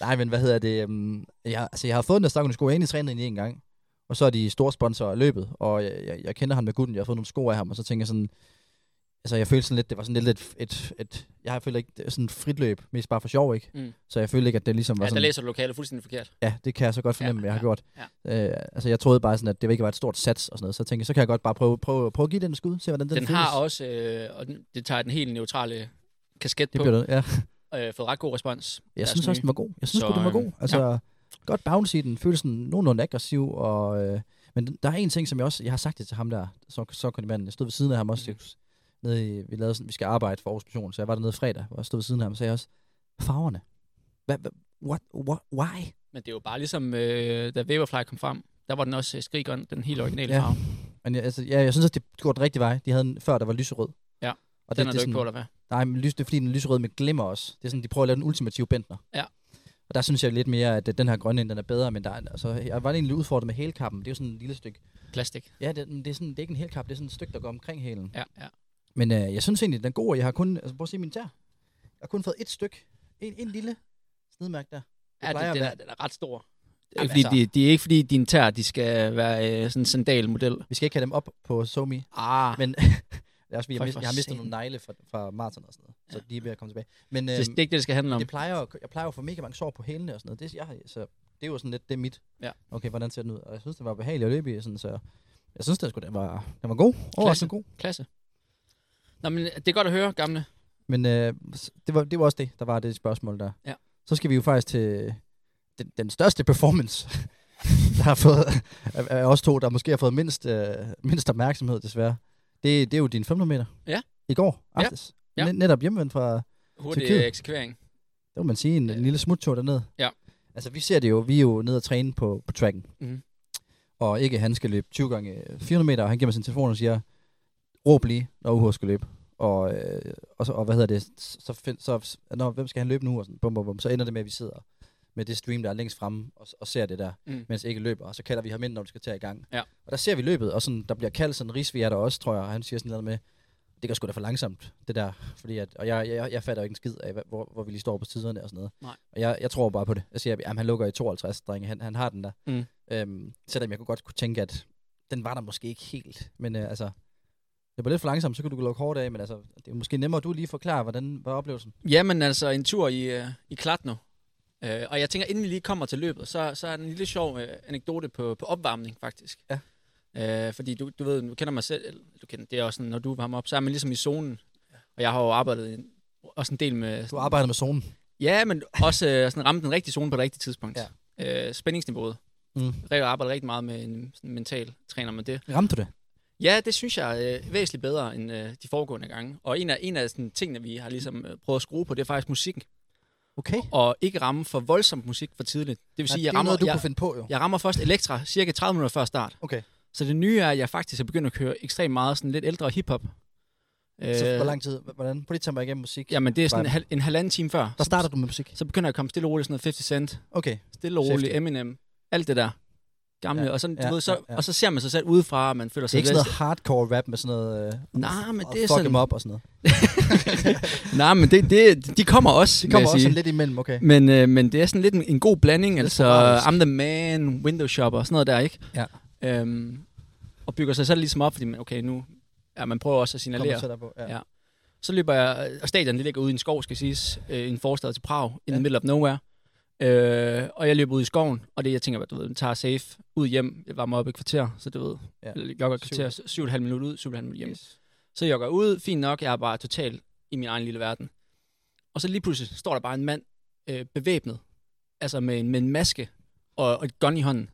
Nej, men hvad hedder det? øhm, Jeg, altså, jeg har fået den der stakkende sko. Jeg har egentlig trænet den i en gang. Og så er de store sponsorer af løbet. Og jeg, jeg, jeg kender ham med gutten. Jeg har fået nogle sko af ham. Og så tænker jeg sådan... Altså, jeg følte sådan lidt, det var sådan lidt et... et, et jeg har følt ikke det er sådan et frit løb, mest bare for sjov, ikke?
Mm.
Så jeg følte ikke, at det ligesom var
Ja, der
sådan...
læser du lokalet fuldstændig forkert.
Ja, det kan jeg så godt fornemme,
Ja,
ja, jeg har
ja,
gjort. Ja. Øh, altså, jeg troede bare sådan, at det ikke var et stort sats og sådan noget. Så tænkte jeg, så kan jeg godt bare prøve, prøve, prøve at give den et skud, se hvordan den,
Den, har
føles.
også, øh, og den, det tager den helt neutrale øh, kasket
Det
på,
bliver det, ja.
og øh, fået ret god respons.
Jeg synes også, den var god. Jeg synes
Så,
sgu, den var
øhm,
god. Altså, ja. godt bounce i den. Føles sådan nogenlunde aggressiv. Og, øh, men den- der er en ting, som jeg også... Jeg har sagt det til ham der, så, så kunne manden. Jeg stod ved siden af ham også. Mm. Nede i, vi lavede sådan, vi skal arbejde for Aarhus Mission, så jeg var dernede fredag, hvor jeg stod ved siden af ham, og sagde også, farverne. Hvad, hvad, what, what, why?
Men det er jo bare ligesom, øh, da Vaporfly kom frem, der var den også øh, skrigeren, den helt originale
Ja.
ja. farve.
Men jeg, altså, ja, jeg synes, at det går den rigtige vej. De havde en før, der var lyserød.
Ja. Den
og det,
har
det
du
er
ikke på,
sådan,
eller hvad?
Nej, men lys, det er fordi, den er lyserød med glimmer også. Det er sådan, de prøver at lave den ultimative bentner.
Ja.
Og Og der synes jeg lidt mere, at øh, den her grønne end, den er bedre, men der er, altså, jeg var egentlig udfordret med hælkappen. Det er jo sådan et lille stykke.
Plastik.
Ja, det, men det, er sådan, det er ikke en hælkap, det er sådan et stykke, der går omkring hælen.
Ja, ja.
Men øh, jeg synes egentlig, den er god, og jeg har kun, altså prøv at se min tær. Jeg har kun fået et stykke. En, en lille snedmærke der.
ja
plejer
det,
at
den, er,
være-
den er ret stor. Det
Jamen,
er, fordi,
altså.
de, de er ikke fordi, dine tær de skal være øh, sådan en sandalmodel.
Vi skal ikke have dem op på SoMe.
Ah, Men,
Men det er også, fordi, jeg,
For-
mist,
for
jeg har mistet
satan.
nogle negle fra, fra maraton og sådan noget. Så de er ved at komme tilbage. Men øhm,
det, det er ikke det, det skal handle om.
det plejer, at- jeg plejer at få mega mange sår på hælene og sådan noget. Det, jeg, har- så det er jo sådan lidt, det er mit.
Ja.
Okay, hvordan ser den ud? Og jeg synes, det var behageligt at løbe i. Sådan, så jeg synes, det sgu, den var, den var god. Overraskende god.
Klasse. Nå, men øh, det er godt at høre, gamle.
Men øh, s- det, var, det var også det, der var det spørgsmål der.
Ja.
Så skal vi jo faktisk til den, den største performance, der har fået, af- af os to, der måske har fået mindst, øh, mindst opmærksomhed desværre. Det, det er jo din 500 meter.
Ja.
I går
Ja.
aftes.
Ja.
Net- netop hjemvendt fra, det
Hurtig
Tyrkiet.
øh, eksekvering.
må man sige, en,
Ja.
en lille smuttur derned.
Ja.
Altså vi ser det jo, vi er jo nede og træne på, på tracken.
Mhm.
Og ikke han skal løbe 20 gange øh, 400 meter, og han giver mig sin telefon og siger, råb lige, når UH skal løbe. Og, øh, og, så, og hvad hedder det, s- så, find, så når, hvem skal han løbe nu? Og sådan, bum, bum, bum. Så ender det med, at vi sidder med det stream, der er længst fremme, og, s- og ser det der,
Mm.
mm. mens ikke løber. Og så kalder vi ham ind, når du skal tage i gang.
Ja.
Og der ser vi løbet, og sådan, der bliver kaldt sådan, Risvi er der også, tror jeg, og han siger sådan noget med, det går sgu da for langsomt, det der. Fordi at, og jeg, jeg, jeg fatter jo ikke en skid af, hvad- hvor, hvor vi lige står på tiderne og sådan noget.
Nej.
Og jeg, jeg tror bare på det. Jeg siger, at han lukker i 52, drenge. Han, han har den der.
Mm.
Øhm, selvom jeg kunne godt kunne tænke, at den var der måske ikke helt. Men øh, altså, det var lidt for langsomt, så kunne du lukke hårdt af. Men altså, det er måske nemmere, at du lige forklarer, hvordan var oplevelsen.
Jamen altså, en tur i, øh, i Klatno. Øh, og jeg tænker, inden vi lige kommer til løbet, så, så er der en lille sjov øh, anekdote på, på opvarmning, faktisk.
Ja.
Øh, fordi du, du ved, du kender mig selv, eller du kender, det er også sådan, når du varmer op, så er man ligesom i zonen. Og jeg har jo arbejdet en, også en del med...
Du arbejder med zonen.
Ja, men også øh, sådan ramme den rigtige zone på det rigtige tidspunkt. Ja. Øh, spændingsniveauet.
Mm.
Jeg arbejder rigtig meget med en sådan mental træner med det.
Ramte du det?
Ja, det synes jeg er øh, væsentligt bedre end øh, de foregående gange. Og en af, en af sådan, tingene, vi har ligesom, øh, prøvet at skrue på, det er faktisk musikken.
Okay.
Og ikke ramme for voldsomt musik for tidligt. Det vil
Ja,
sige,
det
jeg,
er jo
rammer,
noget, du
jeg,
kunne finde på, jo.
jeg rammer først elektra cirka 30 minutter før start.
Okay.
Så det nye er, at jeg faktisk er begyndt at køre ekstremt meget sådan lidt ældre hiphop. Øh,
Så hvor lang tid? Hvordan? Prøv lige at tage mig igennem musik.
Jamen, det er sådan en,
Hvordan?
hal- en halvanden time før.
Der starter du med musik.
Så, så begynder jeg at komme stille og roligt, sådan noget 50 Cent,
Okay.
stille og roligt, Eminem, alt det der gamle.
Ja,
og, sådan, du
ja,
ved, så,
ja, ja.
og så ser man sig selv udefra, og man føler
Det er
sig
ikke sådan noget hardcore rap med sådan noget... Øh,
Nej, men
og
det er
fuck
sådan...
dem op og sådan noget.
Nej, men det, det, de kommer også,
Det
vil
kommer
jeg
også
sige.
sådan lidt imellem, okay.
Men, øh, men det er sådan lidt en, en god blanding, altså
sporadisk.
I'm the man, window shopper og sådan noget der, ikke?
Ja.
Øhm, og bygger sig selv ligesom op, fordi man, okay, nu... Ja, man prøver også at
Kommer
signalere.
tættere på. Ja.
Ja. Så løber jeg, og stadion det ligger ude i en skov, skal siges, øh, i en forstad til Prag, in the
Ja.
middle of nowhere. Øh, og jeg løber ud i skoven, og det jeg tænker, du ved, den tager safe ud hjem, jeg varmer op et kvarter, så du ved,
Ja.
ja. jeg jogger et
Syv-
kvarter, syv, og et halvt minut ud, syv og et halvt minut hjem.
Yes.
Så jogger jeg ud, fint nok, jeg er bare totalt i min egen lille verden. Og så lige pludselig står der bare en mand øh, bevæbnet, altså med en, med en maske og, og et gun i hånden.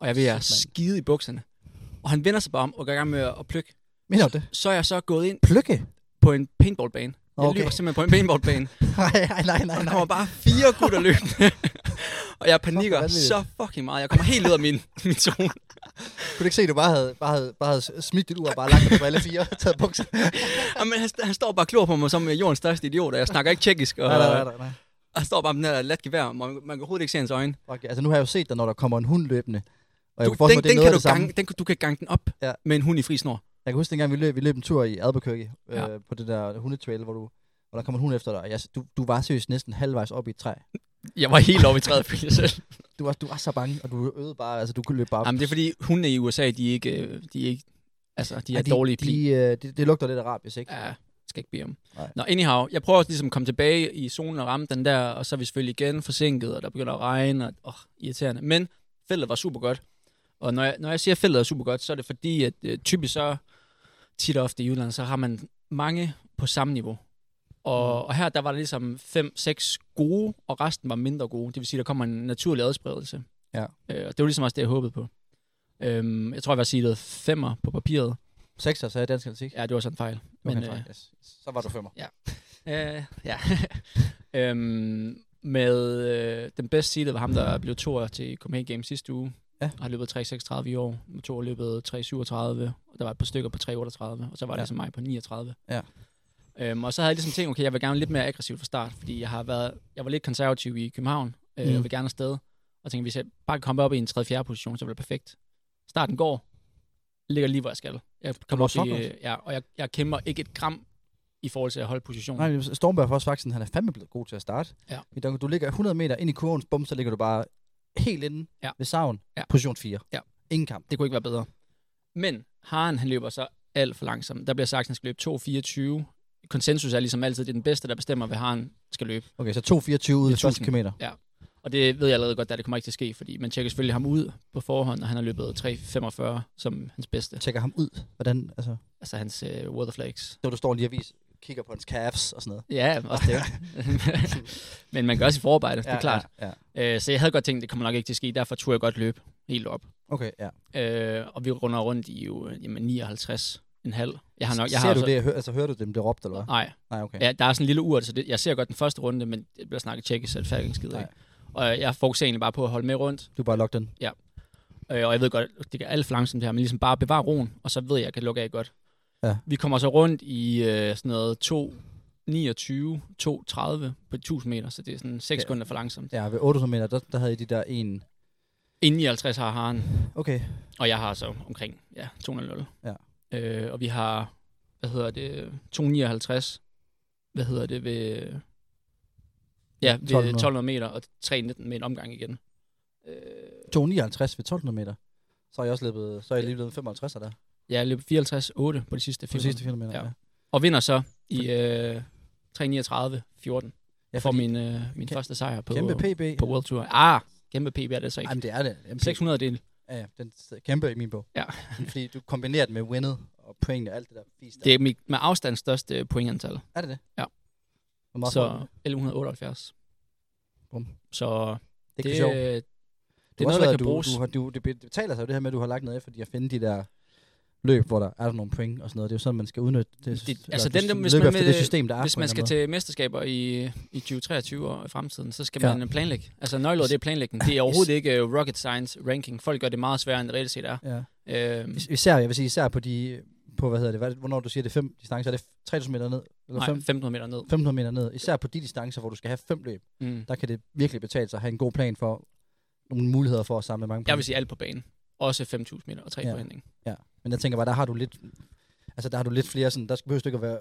Og jeg vil at
Shit, mand.
skide i bukserne. Og han vender sig bare om og går i gang med at, at plukke.
Mener du det?
Så er jeg så gået ind
Plukke?
på en paintballbane. Jeg
Okay.
løber simpelthen på en paintballbane.
nej, nej, nej, nej.
Og der
nej.
kommer bare fire gutter løbende. og jeg
Fuck, hvor
panikker
vanvittigt.
så fucking meget. Jeg kommer helt ud af min, min zone.
Kunne du ikke se, at du bare havde, bare havde, bare havde smidt dit ur og bare lagt det på alle fire og taget bukser?
Og men han, st- han, står bare og klor på mig som øh, jordens største idiot, og jeg snakker ikke tjekkisk. Og,
nej, nej, nej, nej.
og han står bare med den der let gevær, og man, man kan overhovedet ikke se hans øjne.
Okay, altså nu har jeg jo set dig, når der kommer en hund løbende. Og jeg
Du,
kunne forestille
den,
mig, det
den,
er
kan
noget af
du
det samme.
gange, den, kan- du kan gange den op
Ja.
med en hund i fri snor.
Jeg kan huske, dengang vi løb, vi løb en tur i Albuquerque øh,
Ja.
på det der hundetrail, hvor du hvor der kom en hund efter dig. og Jeg, du, du var seriøst næsten halvvejs op i et træ.
Jeg var helt oppe i træet for selv.
Du var, du var så bange, og du øvede bare, altså du kunne løbe bare op.
Jamen, det er fordi, hundene i USA, de er ikke... øh, De er ikke altså, de er,
Ej,
dårlige
de,
pli.
de, øh, det, det lugter lidt af rabies, ikke?
Ja, skal ikke bede om.
Nej.
Nå, anyhow, jeg prøver også ligesom at komme tilbage i solen og ramme den der, og så er vi selvfølgelig igen forsinket, og der begynder at regne, og åh, irriterende. Men feltet var super godt. Og når jeg, når jeg siger, at feltet er super godt, så er det fordi, at øh, typisk så tit og ofte i udlandet, så har man mange på samme niveau. Og, og her, der var der ligesom 5-6 gode, og resten var mindre gode. Det vil sige, der kommer en naturlig adspredelse.
Ja.
Øh, og det var ligesom også det, jeg håbede på. Øhm, jeg tror, jeg var sige femmer på papiret.
Sekser, så er dansk atletik.
Ja, det var sådan en fejl.
Okay,
øh,
fine, yes. Så var du femmer.
Øh, ja. øhm, med øh, den bedst seedede var ham, der blev toer til Copenhagen Games sidste uge.
Ja.
Og har løbet 3.36 i år. Nu to har løbet 3.37, og der var et par stykker på 3.38, og så var det
Ja.
ja. så mig på 39.
Ja.
Øhm, og så havde jeg ligesom tænkt, okay, jeg vil gerne lidt mere aggressivt fra start, fordi jeg har været, jeg var lidt konservativ i København, øh,
Mm.
mm. og vil gerne afsted. Og tænker, hvis jeg bare kan komme op i en 3-4 position, så bliver det perfekt. Starten går, ligger lige, hvor jeg skal. Jeg kommer
så
op i,
godt.
øh, ja, og jeg, jeg kæmper ikke et gram i forhold til at holde positionen.
Nej, Stormberg for os faktisk, han er fandme blevet god til at starte.
Mm. Ja.
Men der- Du ligger 100 meter ind i kurven, bum, så ligger du bare helt inde
Ja.
ved savn.
Ja.
Position 4.
Ja.
Ingen kamp.
Det kunne ikke være bedre. Men Haren, han løber så alt for langsomt. Der bliver sagt, at han skal løbe 2.24. Konsensus er ligesom altid, det er den bedste, der bestemmer, hvad Haren skal løbe.
Okay, så 2.24 ud
Det
i
er
første
1000.
kilometer.
Og det ved jeg allerede godt, at det kommer ikke til at ske, fordi man tjekker selvfølgelig ham ud på forhånd, og han har løbet 3.45 som hans bedste.
Tjekker ham ud. Hvordan, altså,
Altså hans uh, Weatherflakes.
når du står lige og viser, kigger på hans calves og sådan noget.
Ja, også det. Men man gør sit forarbejde, ja, det er klart.
Ja, ja.
Ja. Uh, så jeg havde godt tænkt, at det kommer nok ikke til at ske, derfor turde jeg godt løbe helt op.
Okay, ja.
Uh, og vi runder rundt i jo, øh, jamen, 59 en halv. Jeg har nok, jeg
Ser
har
du
også-
det? Hør, altså, hører du dem blive råbt, eller hvad?
Nej,
Nej, okay.
Ja, der er sådan en lille urt, så det, jeg ser godt den første runde, men det bliver snakket tjekke, så det falder ikke skidt af.
Nej.
Og jeg fokuserer egentlig bare på at holde med rundt,
Du er bare logget den.
øh, og jeg ved godt, det kan alle flanken det her, men ligesom bare bevare roen, og så ved jeg, at jeg kan lukke af godt.
Ja.
Vi kommer så rundt i øh, sådan noget 2, 29, 2, 30 på 1000 meter, så det er sådan 6
Ja.
sekunder for langsomt.
Ja, ved 800 meter, der, der havde I de der en...
Inden i 50 har haren,
Okay,
og jeg har så omkring ja, 200.
Ja.
Øh, og vi har, hvad hedder det, 259, hvad hedder det, ved, ja, ved
1200.
1200 meter og 319 med en omgang igen. Øh,
259 ved 1200 meter. Så er jeg også løbet, så er jeg lige blevet 55 der.
Jeg løb 54-8 på de sidste
På
fire
de sidste 400 meter.
Ja.
Ja.
Og vinder så i øh, 339-14
ja
for
fordi-
min, øh, min
Kæ-
første sejr på,
Kæmpe PB.
på World Tour. Ah, kæmpe PB er det så ikke.
Jamen, det er det. Jamen,
600 del.
Ja, ja, den sidder kæmpe i min bog.
Ja.
Men fordi du kombinerer det med winnet og point og alt det der. Fisk der.
Det er mit, med afstand største pointantal.
Er det det?
Ja.
Hvor meget
Så
får du?
1178.
Bum.
Så det,
det, det er
det, øh,
sjovt.
det,
Du
det er
har også
noget, der
været,
kan bruges.
Du, du, har, du, det be- betaler sig jo det her med, at du har lagt noget af, fordi at finde de der løb, hvor der er der nogle point og sådan noget. Det er jo sådan, man skal udnytte det,
Det-
eller
altså
du
den der-
s-
hvis
løbe
man
efter
vil-
det system, der er.
Hvis
Ah, på en
man skal
eller
til mesterskaber i, i 2023 og i fremtiden, så skal
Ja.
ja. man planlægge. Altså nøgleordet det er planlægning. Det er overhovedet ikke uh, rocket science ranking. Folk gør det meget sværere, end det reelt set er.
anden måde. Ja.
Øhm,
Is- Især, jeg vil sige, især på de, på hvad hedder det, hvad, er det- hvornår du siger, det er fem distancer, er det 3000 meter ned? Eller
nej,
fem,
1500 meter ned.
500 meter ned. Især på de distancer, hvor du skal have fem løb,
Mm.
der kan det virkelig betale sig at have en god plan for nogle muligheder for at samle mange point.
Jeg vil sige alt på banen. Også 5.000 meter og tre
Ja.
ja. forhindring.
Men jeg tænker bare, der har du lidt, altså der har du lidt flere sådan, der skal behøver du ikke at være,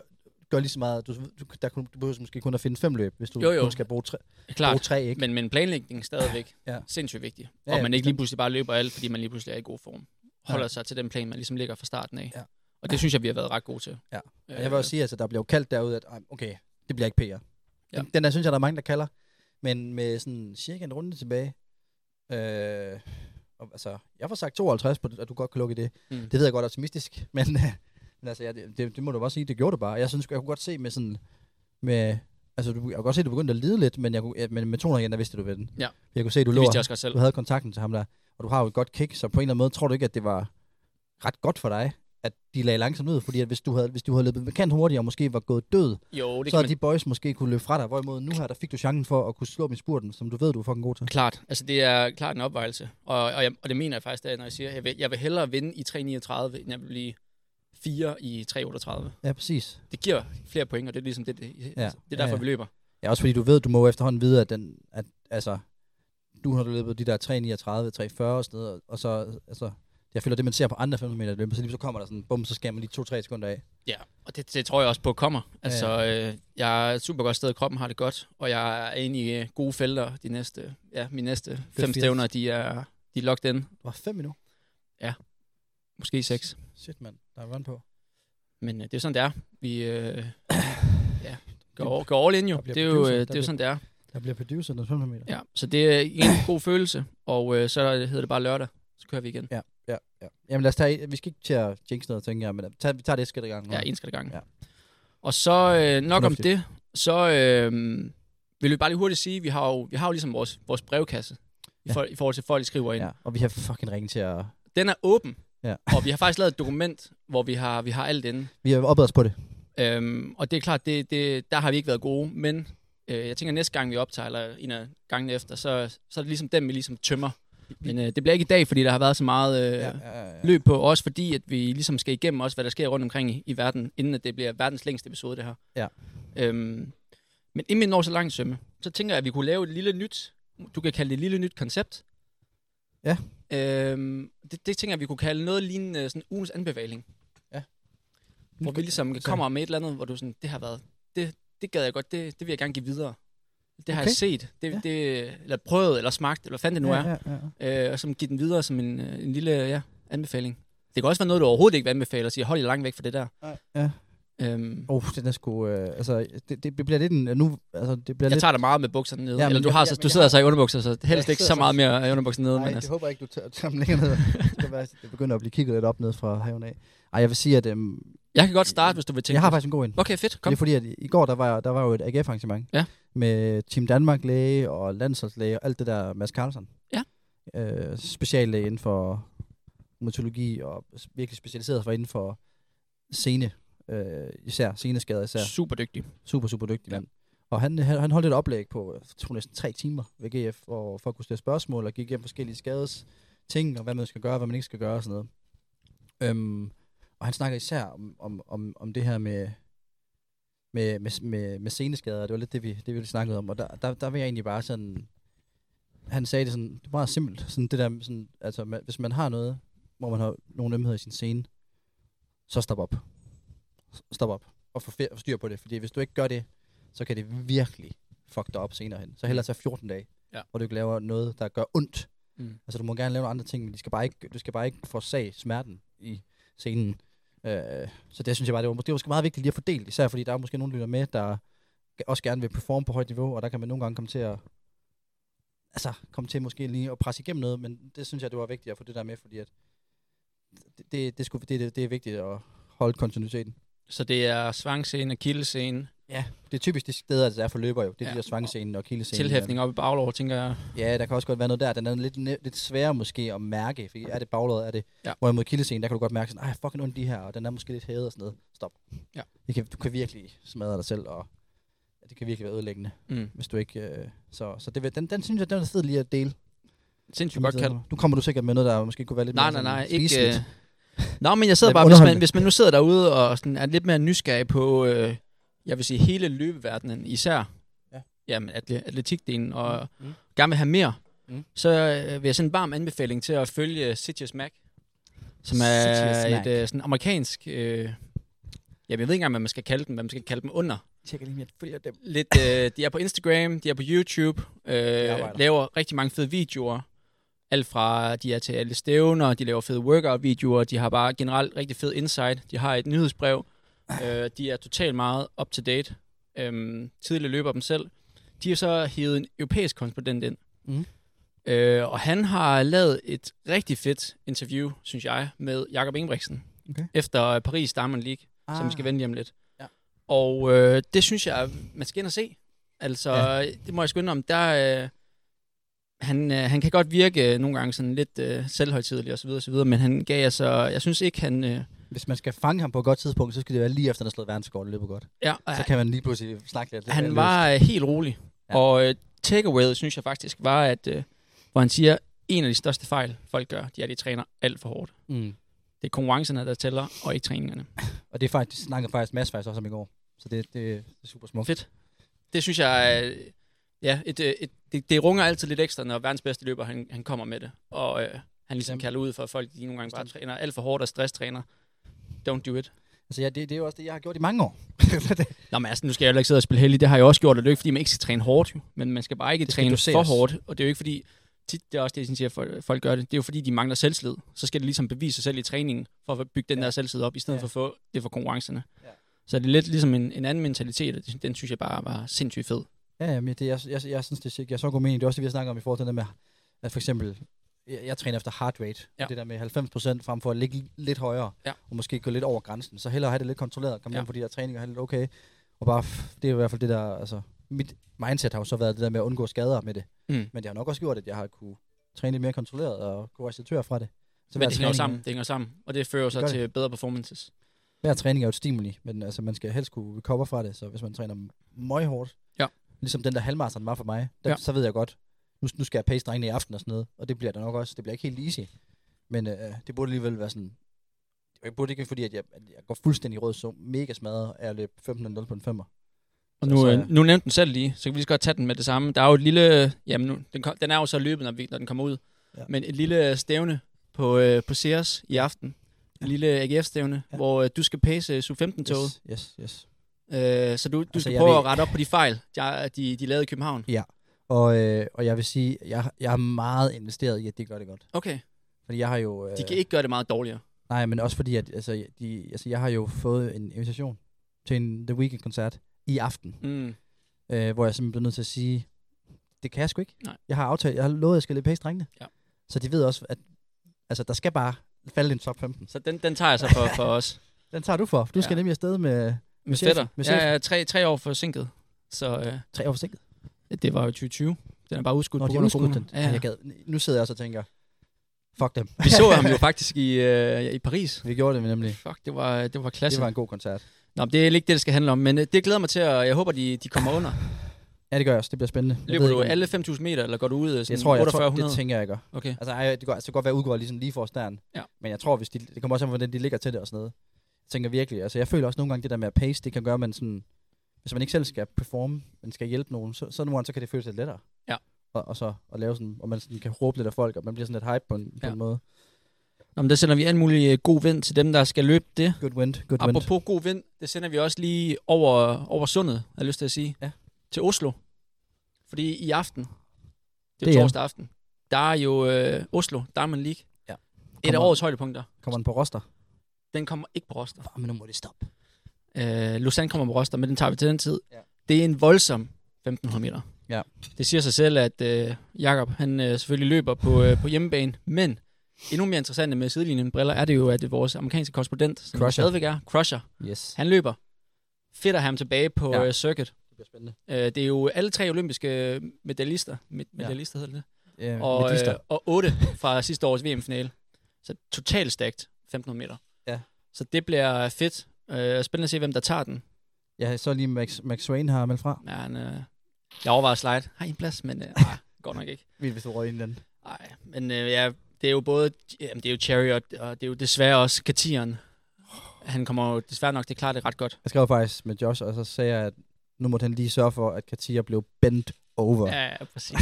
gøre lige så meget, du, du, der, kun- du behøver måske kun at finde fem løb, hvis du
Jo, jo.
kun skal bruge tre, bruge
Klart.
tre ikke?
Men, men planlægning er stadigvæk
Ja.
ja. sindssygt vigtig.
Ja,
Ja, ja,
ja,
og man ikke
bestemt.
lige pludselig bare løber alt, fordi man lige pludselig er i god form. Holder
Ja.
ja. sig til den plan, man ligesom ligger fra starten af.
Ja.
Ja. Og det synes jeg, vi har været ret gode til.
Ja.
Øh,
Og jeg vil også sige, at altså, der bliver jo kaldt derude, at "Ej, okay, det bliver ikke PR. Ja.
Ja.
Den, den der synes jeg, der er mange, der kalder. Men med sådan cirka en runde tilbage, øh, og, altså, jeg får sagt 52, på, det, at du godt kan lukke det. Mm.
Mm.
Det ved jeg godt er optimistisk, men, men altså, ja, det, det, det, må du også sige, det gjorde det bare. Jeg synes, jeg kunne godt se med sådan, med, altså, du, jeg kunne godt se, at du begyndte at lide lidt, men, jeg kunne, ja, men med 200 igen, der vidste du ved den.
Ja.
Jeg kunne se, at du
det
lå,
vidste jeg også godt selv.
du havde kontakten til ham der, og du har jo et godt kick, så på en eller anden måde tror du ikke, at det var ret godt for dig, at de lagde langsomt ud, fordi at hvis du havde, hvis du havde løbet markant hurtigere og måske var gået død,
Jo, det
så
kan
havde
man
de boys måske kunne løbe fra dig, hvorimod nu her, der fik du chancen for at kunne slå dem i spurten, som du ved, du er fucking god til.
Klart. Altså, det er klart en opvejelse. Og, og, jeg, og det mener jeg faktisk, det er, når jeg siger, at jeg vil, jeg vil hellere vinde i 3.39, end jeg vil blive 4 i 3.38.
Ja, præcis.
Det giver flere point, og det er ligesom det, det,
Ja.
ja. det er derfor, ja,
Ja, ja.
ja. vi løber.
Ja, også fordi du ved, du må jo efterhånden vide, at, den, at altså, du har løbet de der 3.39, 3.40 og sådan noget, og- og så, altså, jeg føler, det man ser på andre 500 meter løb, så lige så kommer der sådan, bum, så skærer man lige 2-3 sekunder af.
Ja, og det, det tror jeg også på kommer. Altså, øh, jeg er et super godt sted, kroppen har det godt, og jeg er inde i øh, gode felter de næste, ja, mine næste fem
fedt.
stævner, de er, de er locked in.
Det var 5 minutter.
Måske seks.
Shit, mand. Der er run på.
Men øh, det er sådan, det er. Vi øh, ja, går, går all in jo.
Der bliver
Det er jo,
producer,
øh,
der
det er jo
bliver-
sådan, det er.
Der bliver producer, den 500 meter.
Ja, så det er en god følelse, og øh, så hedder det bare lørdag, så kører vi igen.
Ja, ja. Jamen lad os tage, vi skal ikke til at jinx noget, tænker jeg, men øh, tag, vi tager det et skridt ad gangen.
Ja, en skal ad gangen.
Ja.
Ja. Og så øh, nok om
Fornuftigt.
det, så øh, vil vi bare lige hurtigt sige, vi har jo, vi har jo ligesom vores, vores brevkasse, i,
Ja.
for, i forhold til folk, der skriver ind.
ja. Og vi har fucking ringet til at...
Den er åben,
Ja.
og vi har faktisk lavet et dokument, hvor vi har, vi har alt inde.
Vi har opdaget os på det.
Øhm, og det er klart, det, det, der har vi ikke været gode, men øh, jeg tænker, næste gang vi optager, eller en af gangene efter, så, så er det ligesom den, vi ligesom tømmer. Men øh, det bliver ikke i dag, fordi der har været så meget øh, ja.
ja, ja.
løb på, også fordi, at vi ligesom skal igennem også, hvad der sker rundt omkring i, i verden, inden at det bliver verdens længste episode, det her.
Ja.
Øhm, men inden vi når så langt, Sømme, så tænker jeg, at vi kunne lave et lille nyt du kan kalde det et lille nyt koncept.
Ja.
Øhm, det, det tænker jeg, vi kunne kalde noget lignende sådan ugens anbefaling.
Ja.
Hvor vi ligesom kommer med et eller andet, hvor du sådan, det har været, det, det gad jeg godt, det, det vil jeg gerne give videre. Det har
Okay.
jeg set, det,
Ja.
det, eller prøvet, eller smagt, eller hvad fanden det nu er.
Ja, ja, ja.
øh, og som give den videre som en, øh, en lille ja, anbefaling. Det kan også være noget, du overhovedet ikke vil anbefale, og sige, hold jer langt væk fra det der.
Nej. Ja.
Øhm,
Oh, den er sgu... Øh, altså, det, det, bliver lidt en... Nu, altså, det bliver
jeg
lidt...
tager dig meget med bukserne nede.
Ja,
Ja,
men
Eller du,
jeg-
har,
ja,
så,
men
du
jeg
sidder
har-
så i underbukser, så helst
jeg
ikke
sidder
så meget mere i underbukser nede.
Nej,
men
jeg
altså,
håber ikke, du tager, tager dem længere ned. det, kan være, det begynder at blive kigget lidt op ned fra haven af. Ej, jeg vil sige, at øhm,
jeg kan godt starte, hvis du vil tænke.
jeg har faktisk en god en.
Okay, fedt. Kom.
Det er fordi, at i går, der var, der var jo et AGF-arrangement
Ja.
med Team Danmark-læge og landsholdslæge og alt det der Mads Carlsen.
Ja.
Øh, speciallæge inden for hematologi og s- virkelig specialiseret for inden for scene, øh, især sceneskader især.
Super dygtig.
Super, super dygtig
Ja.
mand. Og han, han, han holdt et oplæg på jeg tror, næsten tre timer ved GF, og folk kunne stille spørgsmål og gik igennem forskellige skades ting, og hvad man skal gøre, hvad man ikke skal gøre og sådan noget. Øhm, og han snakker især om, om, om, om det her med, med, med, med, med seneskader, det var lidt det, vi, det, vi snakkede om, og der, der, der vil jeg egentlig bare sådan, han sagde det sådan, det er meget simpelt, sådan det der, sådan, altså man, hvis man har noget, hvor man har nogle ømheder i sin scene, så stop op. S- Stop op og få fe- styr på det, fordi hvis du ikke gør det, så kan det virkelig fuck dig op senere hen. Så hellere tage 14 dage,
Mm. Ja.
hvor du ikke laver noget, der gør ondt.
Mm.
Altså du må gerne lave nogle andre ting, men de skal bare ikke, du skal bare ikke forsage smerten i scenen. Øh, så det synes jeg bare, det var, det var måske meget vigtigt lige at fordele, især fordi der er måske nogen, der lytter med, der ge- også gerne vil performe på højt niveau, og der kan man nogle gange komme til at altså, komme til måske lige at presse igennem noget, men det synes jeg, det var vigtigt at få det der med, fordi at det, det, det, skulle, det, det, det er vigtigt at holde kontinuiteten.
Så det er svangscene, kildescene,
Ja, det er typisk de steder, der er for løber jo. Det er ja.
Ja.
de der svangscenen og kildescenen.
tilhæftning op i baglov, tænker jeg.
Ja, der kan også godt være noget der. Den er lidt, ne- lidt sværere måske at mærke. For er det baglåret, er det... Ja.
Ja.
Hvorimod kildescenen, der kan du godt mærke sådan, ej, fucking ondt de her, og den er måske lidt hævet og sådan noget. Stop.
Ja.
Det kan, du kan virkelig smadre dig selv, og det kan virkelig være ødelæggende,
Mm.
hvis du ikke... Øh, så så det, vil- den, den synes jeg, den er fed lige at dele.
Sindssygt godt kaldt.
Nu kommer du sikkert med noget, der måske kunne være lidt
Nej,
mere
nej,
sådan
nej, ikke...
spiseligt.
Øh... Nå, men jeg sidder
Men
bare, hvis man,
underholdende.
hvis man nu sidder derude og sådan er lidt mere nysgerrig på, øh, jeg vil sige, hele løbeverdenen, især
Ja.
ja. jamen, atle- atletikdelen, og
Mm.
mm. gerne vil have mere,
Mm.
mm. så øh, vil jeg sende en varm anbefaling til at følge øh, Sitges Mac, som
Sitges
er
Mac.
et øh, sådan amerikansk... Øh, jamen, jeg ved ikke engang, hvad man skal kalde dem, hvad man skal kalde dem under.
Tjekker lige, om jeg følger dem.
Lidt, øh, de er på Instagram, de er på YouTube, øh,
arbejder.
laver rigtig mange fede videoer. Alt fra, de er til alle stævner, de laver fede workout-videoer, de har bare generelt rigtig fed insight, de har et nyhedsbrev, øh, de er totalt meget up-to-date, øh, tidligere løber dem selv. De har så hivet en europæisk korrespondent ind,
Mhm.
øh, og han har lavet et rigtig fedt interview, synes jeg, med Jakob Ingebrigtsen,
Okay.
efter Paris Diamond League ah. som vi skal vende lige om lidt.
Ja.
Og øh, det synes jeg, man skal ind og se. Altså, ja. det må jeg skynde om. Der, øh, han, øh, han kan godt virke øh, nogle gange sådan lidt øh, selvhøjtidelig osv., osv., men han gav altså, jeg synes ikke, han... Øh,
Hvis man skal fange ham på et godt tidspunkt, så skal det være lige efter, han har slået verdenskort og løbet godt.
ja,
Så kan man lige pludselig snakke lidt.
han var øh, helt rolig.
Ja.
Ja. Og øh, takeawayet, synes jeg faktisk, var, at øh, hvor han siger, en af de største fejl, folk gør, det er, at de træner alt for hårdt.
Mm.
Det er konkurrencerne, der tæller, og ikke træningerne.
Og det er faktisk, det snakkede faktisk Mads faktisk også om i går. Så det, det, det er super smukt.
Fedt. Det synes jeg, øh, ja, et, øh, et, det, det runger altid lidt ekstra, når verdens bedste løber, han, han kommer med det. Og øh, han ligesom
Bestemt.
kalder ud for, at folk de nogle gange bare træner alt for hårdt og stresstræner. Don't do it.
Altså, ja, det, det er jo også det, jeg har gjort i mange år.
Nå, men altså, nu skal jeg jo ikke sidde og spille heldig. Det har jeg også gjort, og det er jo ikke, fordi man ikke skal træne hårdt, jo. men man skal bare ikke
Det skal
træne
doseres.
for hårdt. Og det er jo ikke, fordi tit, det er også det, jeg synes, at folk- folk gør det. Det er jo fordi, de mangler selvslid. Så skal det ligesom bevise sig selv i træningen, for at bygge den
Ja.
der selvslid op, i stedet
Ja.
for at få det for konkurrencerne.
Ja.
Så det er lidt ligesom en, en anden mentalitet, og den synes jeg bare var sindssygt fed.
ja, men det, jeg, jeg, jeg synes, det er sikkert. Jeg er så god mening. Det er også det, vi har snakket om i forhold til det med, at for eksempel, jeg, jeg træner efter heart rate.
Ja.
Ja. Det der med 90% frem for at ligge lidt højere,
Ja.
og måske gå lidt over grænsen. Så hellere have det lidt kontrolleret, komme ja.
Ja.
hjem på de der træninger, have det lidt okay. Og bare, f- det er i hvert fald det der, altså, mit mindset har jo så været det der med at undgå skader med det.
Mm.
Men det har nok også gjort, at jeg har kunne træne lidt mere kontrolleret og kunne restituere fra det.
Men
Så hver
det hænger jo
træning-
sammen, det hænger sammen, og det fører jo så
gør det.
til bedre performances.
Hver træning er jo et stimuli, men altså, man skal helst kunne recover fra det, så hvis man træner meget hårdt,
Ja.
ligesom den der halvmarathon var for mig, der, ja.
Ja.
så ved jeg godt, nu, nu skal jeg pace drengene i aften og sådan noget, og det bliver der nok også, det bliver ikke helt easy, men øh, det burde alligevel være sådan, det burde ikke være fordi, at jeg, at jeg går fuldstændig i rød, så mega smadret af at løbe 15.0 på en femmer.
Og nu,
Så,
så,
ja.
ja. nu nævnte den selv lige, så kan vi lige så godt tage den med det samme. Der er jo et lille... øh, Jamen, nu, den, kom, den er jo så løbet, når, vi, når den kommer ud.
Ja.
Ja. Men et lille øh, stævne på, øh, på Sears i aften. Ja. En lille AGF-stævne, ja. hvor øh, du skal pace su 15 toget
Yes, yes, yes.
Øh, så du, du
Altså,
altså, skal
jeg
prøve
ved-
at rette op på de fejl, de, de, de lavede i København.
Og, øh, og jeg vil sige, jeg, jeg er meget investeret i, at de gør det godt.
Okay.
Fordi jeg har jo... Øh,
De kan ikke gøre det meget dårligere.
Nej, men også fordi, at altså, de, altså, jeg har jo fået en invitation til en The Weeknd-koncert i aften,
Mm.
øh, hvor jeg simpelthen blev nødt til at sige, det kan jeg sgu ikke.
Nej.
Jeg har aftalt, jeg har lovet, at jeg skal løbe pace drengene.
Ja.
Så de ved også, at altså, der skal bare falde en top 15.
Så den, den tager jeg så for, for os.
Den tager du for, for du ja.
Ja.
skal nemlig afsted med
Med
chefen,
fætter.
med
Ja, ja, tre, tre år forsinket. Så øh,
tre år forsinket.
det var jo 2020. Den er bare udskudt
Når
på
de har
grund af
udskudt
corona.
den.
Ja,
Ja. Jeg
ja.
gad. Nu sidder jeg også og tænker, fuck dem.
Vi så ham jo faktisk i, øh, i Paris.
Vi gjorde det nemlig.
Fuck, det var, det var klasse.
Det var en god koncert.
Nå, men det er ikke det, det skal handle om, men øh, det glæder mig til, og jeg håber, de, de kommer under.
Ja, det gør Ah, jeg også. Det bliver spændende. Jeg
Løber
ved
du
ikke, om-
alle 5.000 meter, eller går du ud øh, sådan
jeg tror, jeg tror,
4800?
det tænker jeg, jeg gør.
Okay.
Altså, ej, det, går, altså, det kan godt være, at udgår ligesom lige for stæren.
Ja.
Men jeg tror, hvis de, det kommer også an på, hvordan de ligger til det og sådan noget. Jeg tænker virkelig, altså jeg føler også nogle gange, det der med at pace, det kan gøre, at man sådan, hvis man ikke selv skal performe, men skal hjælpe nogen, så, så nogle gange, så kan det føles lidt lettere.
Ja.
Og, og så at lave sådan, og man sådan kan råbe lidt af folk, og man bliver sådan lidt hype på en, ja. på
Ja.
en måde.
Nå, men der sender vi alt muligt øh, god vind til dem, der skal løbe det.
Good wind, good wind.
Apropos god vind, det sender vi også lige over, over sundet, har jeg lyst til at sige.
Ja.
Til Oslo. Fordi i aften, det er
Det er.
jo torsdag aften, der er jo øh, Oslo, Diamond League. Et
Ja.
af
Kommer-
årets højdepunkter.
Kommer den på roster?
Den kommer ikke på roster.
Fuck, men nu må det stoppe.
Øh, Lausanne kommer på roster, men den tager vi til den tid.
Ja.
Det er en voldsom 1500 meter.
Ja.
Det siger sig selv, at øh, Jakob han øh, selvfølgelig løber på, øh, på hjemmebane, men endnu mere interessant med sidelinjen briller er det jo, at vores amerikanske korrespondent, som
Crusher.
stadigvæk er, Crusher,
Yes.
han løber. Fedt at have ham tilbage på
Ja.
ja. uh, circuit.
Det bliver spændende.
Uh, det er jo alle tre olympiske øh, medaljister. Med, medaljister hedder det.
Øh,
Og,
og,
øh, og otte fra sidste års VM-finale. Så totalt stærkt. 1500 meter.
Ja.
Så det bliver fedt. Uh, spændende at se, hvem der tager den.
ja, så lige Max, Max Swain har meldt fra.
Ja, han, øh, jeg overvejer at slide. Har I en plads? Men øh, nej, godt nok ikke.
Vi hvis du røg ind i den.
Nej, men øh, ja, det er jo både jamen, det er jo Cherry, og, og det er jo desværre også Katieren. Han kommer jo desværre nok, det klarer det ret godt.
Jeg skrev faktisk med Josh, og så sagde jeg, at nu måtte han lige sørge for, at Katia blev bent over.
Ja, ja præcis.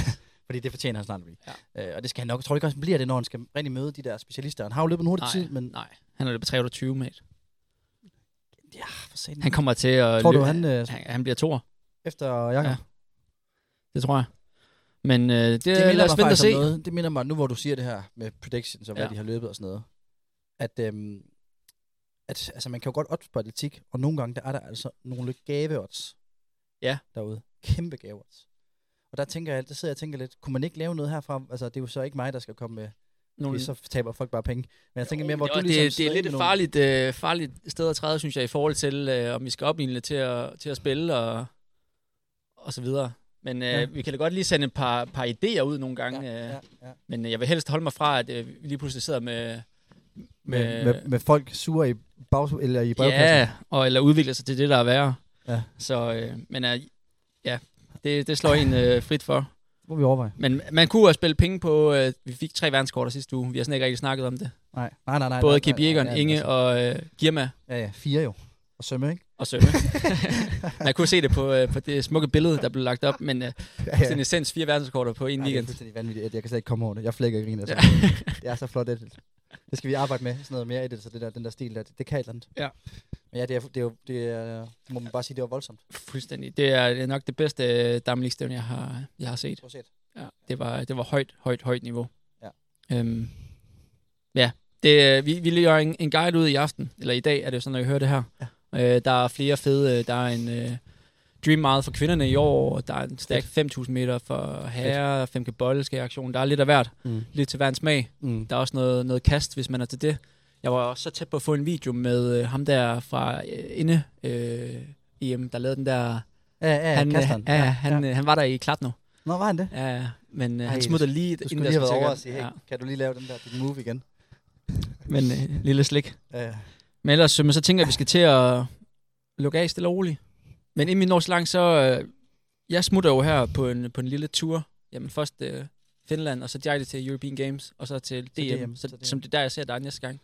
Fordi det fortjener han snart at blive. Ja. Øh, og det skal han nok. Jeg tror ikke også, han bliver det, når han skal rigtig møde de der specialister. Han har jo løbet en hurtig
Nej,
tid, men
nej. Han er løbet 320, mate.
for satan.
Han kommer til at...
Tror du,
løbe-
han, øh,
han, han bliver toer,
efter Jakob? Ja,
Ja, det tror jeg. Men øh, det, det
det minder
lad os
mig
vente og
faktisk
se.
om noget. Det minder mig, nu hvor du siger det her med predictions og hvad
Ja.
de har løbet og sådan noget. At, øhm, at altså, man kan jo godt odds på atletik, og nogle gange der er der altså nogle gave odds
Ja.
derude. Kæmpe gave odds. Og der tænker jeg, der sidder jeg og tænker lidt, kunne man ikke lave noget herfra? Altså, det er jo så ikke mig, der skal komme med,
Nogle,
Nogle... så taber folk bare penge. Men jeg tænker mere, hvor
det,
du
det,
ligesom...
det er
sidder
lidt
inde
et
med nogle-
farligt, øh, farligt sted at træde, synes jeg, i forhold til, øh, om vi skal opildne det til at, til at spille og, og så videre. Men øh,
Ja.
ja. vi kan da godt lige sende et par, par idéer ud nogle gange. Ja,
Ja,
ja.
ja,
Øh,
ja.
men øh, jeg vil helst holde mig fra, at øh, vi lige pludselig sidder med...
Med, med, med, folk sure i, bag, eller i brevkassen.
Ja, og, eller udvikler sig til det, der er værre.
Ja.
Så, øh, men øh, ja, det, det slår en øh, frit for.
må vi overveje.
Men man kunne også spille penge på, øh, vi fik tre verdenskorter sidste uge, vi har sådan ikke rigtig snakket om det.
Nej, nej, nej. nej
Både
nej,
Kip
nej,
Jægeren,
nej,
Inge
altså.
og øh, Girma
Ja, ja, fire jo. Og Sømme, ikke?
og Sømme. man kunne se det på, øh, på det smukke billede, der blev lagt op, men øh,
Ja,
ja. en essens fire verdenskorter på en
Nej, det er
weekend.
fuldstændig vanvittigt. at Jeg kan slet ikke komme over det. Jeg flækker griner. Altså.
Ja.
det er så flot. Det, det skal vi arbejde med. Sådan noget mere i det, så det der, den der stil, der, det, det kan et eller andet.
Ja.
Men ja, det, er, det, er, jo- det er, må man bare sige, det var voldsomt.
Fuldstændig. Det er, det er nok det bedste øh, dammeligstævne, jeg har, jeg har set.
Prøv at se det.
Ja, det var, det var højt, højt, højt niveau.
Ja.
Øhm, ja, det, øh, vi, vi lægger en, en guide ud i aften, eller i dag er det jo sådan, når I hører det her. Ja. Øh, der er flere fede, øh, der er en øh, Dream Mile for kvinderne i år, og der er en stærk 5.000 meter for herrer, 5 bolle aktion, der er lidt af hvert,
Mm.
lidt til hver en smag.
Mm.
Der er også noget, noget kast, hvis man er til det. Jeg var også så tæt på at få en video med øh, ham der fra øh, Inde, øh, EM, der lavede den der...
Ja, ja,
han,
han,
øh,
kasteren.
ja, ja, han, ja. han var der i Klatno.
Nå, var han det?
Ja, ja, men øh,
Ej,
han smutter lige...
Du
inden
skulle lige have
der
været
skal
over og
til
sige,
at-
hey, kan du lige lave den der dit move igen?
Ja, men øh, lille slik.
Ja, ja.
Men ellers så, men så tænker jeg, at vi skal til at lukke af stille og roligt. Men inden vi når så langt, så... Øh, jeg smutter jo her på en, på en lille tur. Jamen først øh, Finland, og så direkte til European Games, og så til DM, så
DM,
DM, så,
så DM.
som det er der, jeg ser dig næste gang.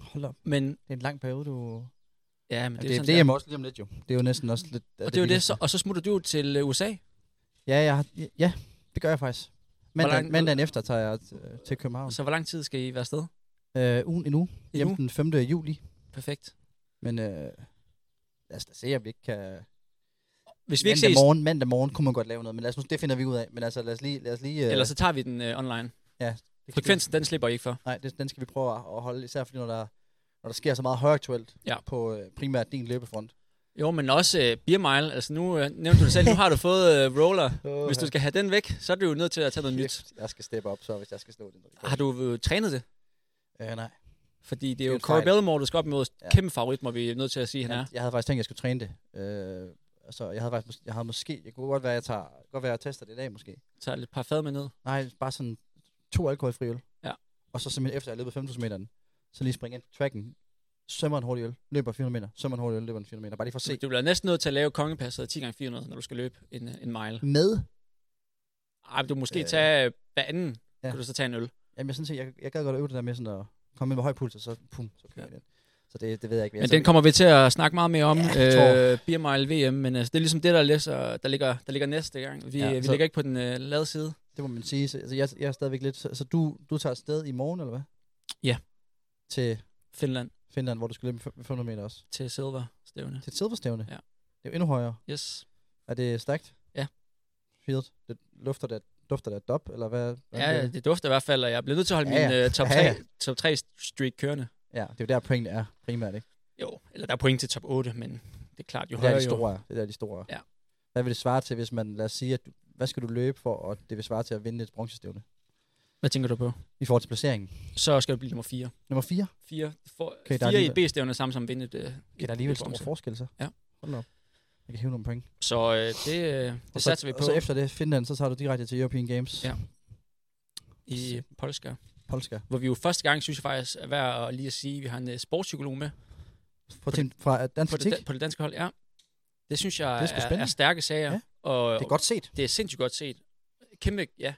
Hold op.
Men
Det er en lang periode, du...
Ja, men det,
Ja, det,
er
det,
sådan,
det
der.
er jeg også lige om lidt jo. Det er jo næsten også lidt...
Og det er jo det, så, og så smutter du jo til øh, USA.
Ja, jeg, har- ja, det gør jeg faktisk. Mandagen,
langt-
mandagen efter tager jeg øh, til København.
Så hvor lang tid skal I være afsted?
Øh, ugen endnu.
Altså- En
Hjem
uge?
den 5. juli.
Perfekt.
Men øh, lad os da se, om vi ikke kan...
Hvis vi ikke
mandag
ses,
morgen, mandag morgen kunne man godt lave noget, men lad os nu, det finder vi ud af. Men altså, lad os lige... Lad os lige øh,
eller så tager vi den øh, online.
det kan vi-
Frekvensen, den slipper I ikke for.
Nej, det, den skal vi prøve at at holde, især fordi når der, når der sker så meget højaktuelt
Ja.
på øh, primært din løbefront.
Jo, men også øh, beer mile. Altså nu øh, nævnte du det selv, nu har du fået øh, roller. Hvis du skal have den væk, så er du jo nødt til at tage noget nyt.
Kæft, Jeg skal steppe op, så hvis jeg skal slå den.
Har du øh, trænet det?
Øh, nej.
Fordi det
er
er jo
en
Corey
fejl.
Bellemore, du skal op imod.
Ja.
Kæmpe favorit, må vi er nødt til at sige, han er.
Jeg, jeg havde faktisk tænkt, at jeg skulle træne det. Øh, altså, jeg havde faktisk, mås- jeg havde måske, jeg kunne godt være, at jeg tager, godt være, at jeg tester det i dag måske.
Tag et par fad med ned.
Nej, bare sådan to alkoholfri øl.
Ja.
Og så simpelthen efter, jeg løbet 5.000 meter, så lige springe ind på tracken, sømmer en hurtig øl, løber 400 meter, sømmer en hurtig øl, løber en 400 meter. Bare lige for at se.
Du bliver næsten nødt til at lave kongepasset 10x400, når du skal løbe en, øh, en mile.
Med?
Ej, men du måske
Øh.
øh. tage øh, hver anden,
Ja.
ja. kan du så tage en øl.
Jamen, jeg synes, jeg, jeg gad godt øve det der med sådan at komme ind med høj puls, og så pum, så kører
Ja.
jeg den. Så det, det ved jeg ikke. altså,
Men den kommer vi til at snakke meget mere om,
jeg tror-
ja, øh, Beer Mile VM, men altså, det er ligesom det, der, læser, der, ligger, der ligger næste gang. Vi,
Ja,
ja, vi
så-
ligger ikke på den øh, lade side.
Det må man sige. Så, altså, jeg, jeg er stadigvæk lidt... Så, så du, du tager afsted i morgen, eller hvad?
Ja.
Til
Finland
Finland, hvor du skal løbe fem- 500 meter også.
til Silver Stævne.
Til et silverstævne?
Ja.
Det er jo endnu højere.
Yes.
Er det stærkt?
Ja.
Fedt. Det lufter det, dufter det af dop, eller hvad? hvad
Ja,
er
ja,
det?
det dufter i hvert fald, og jeg bliver nødt til at holde
Ja,
ja,
ja.
min øh, top, 3,
Ja, ja.
top 3 streak kørende.
ja, det er jo der pointen er primært, ikke?
Jo, eller der er point til top 8, men det er klart, jo
Det er der,
højere
de
jo.
store. er. Det er der, de store. er.
Ja.
Hvad vil det svare til, hvis man, lad os sige, at du, hvad skal du løbe for, og det vil svare til at vinde et bronzestævne?
Hvad tænker du på?
I forhold til placeringen.
Så skal du blive nummer 4.
Nummer 4.
4, for,
Okay, der er
4 i
alligevel-
B-stævne samme som øh, vinde det.
Ja, der er alligevel stor forskel, så.
Ja.
Hold da op. Jeg kan hæve nogle point.
Så øh, det, øh,
Og
det
så,
satser vi på
Og så efter det, Finland, så tager du direkte til European Games.
Ja. i Polska.
Polska.
Hvor vi jo første gang, synes jeg faktisk, er værd at lige at sige, at vi har en øh, sportspsykolog med
På team, fra øh, dansk
på det,
politik.
da- på det danske hold. Ja. Det synes jeg
Det er sgu
er, er,
spændende.
er stærke sager.
Ja.
Og,
Det er godt set.
det er sindssygt godt set. Kæmpe, ja,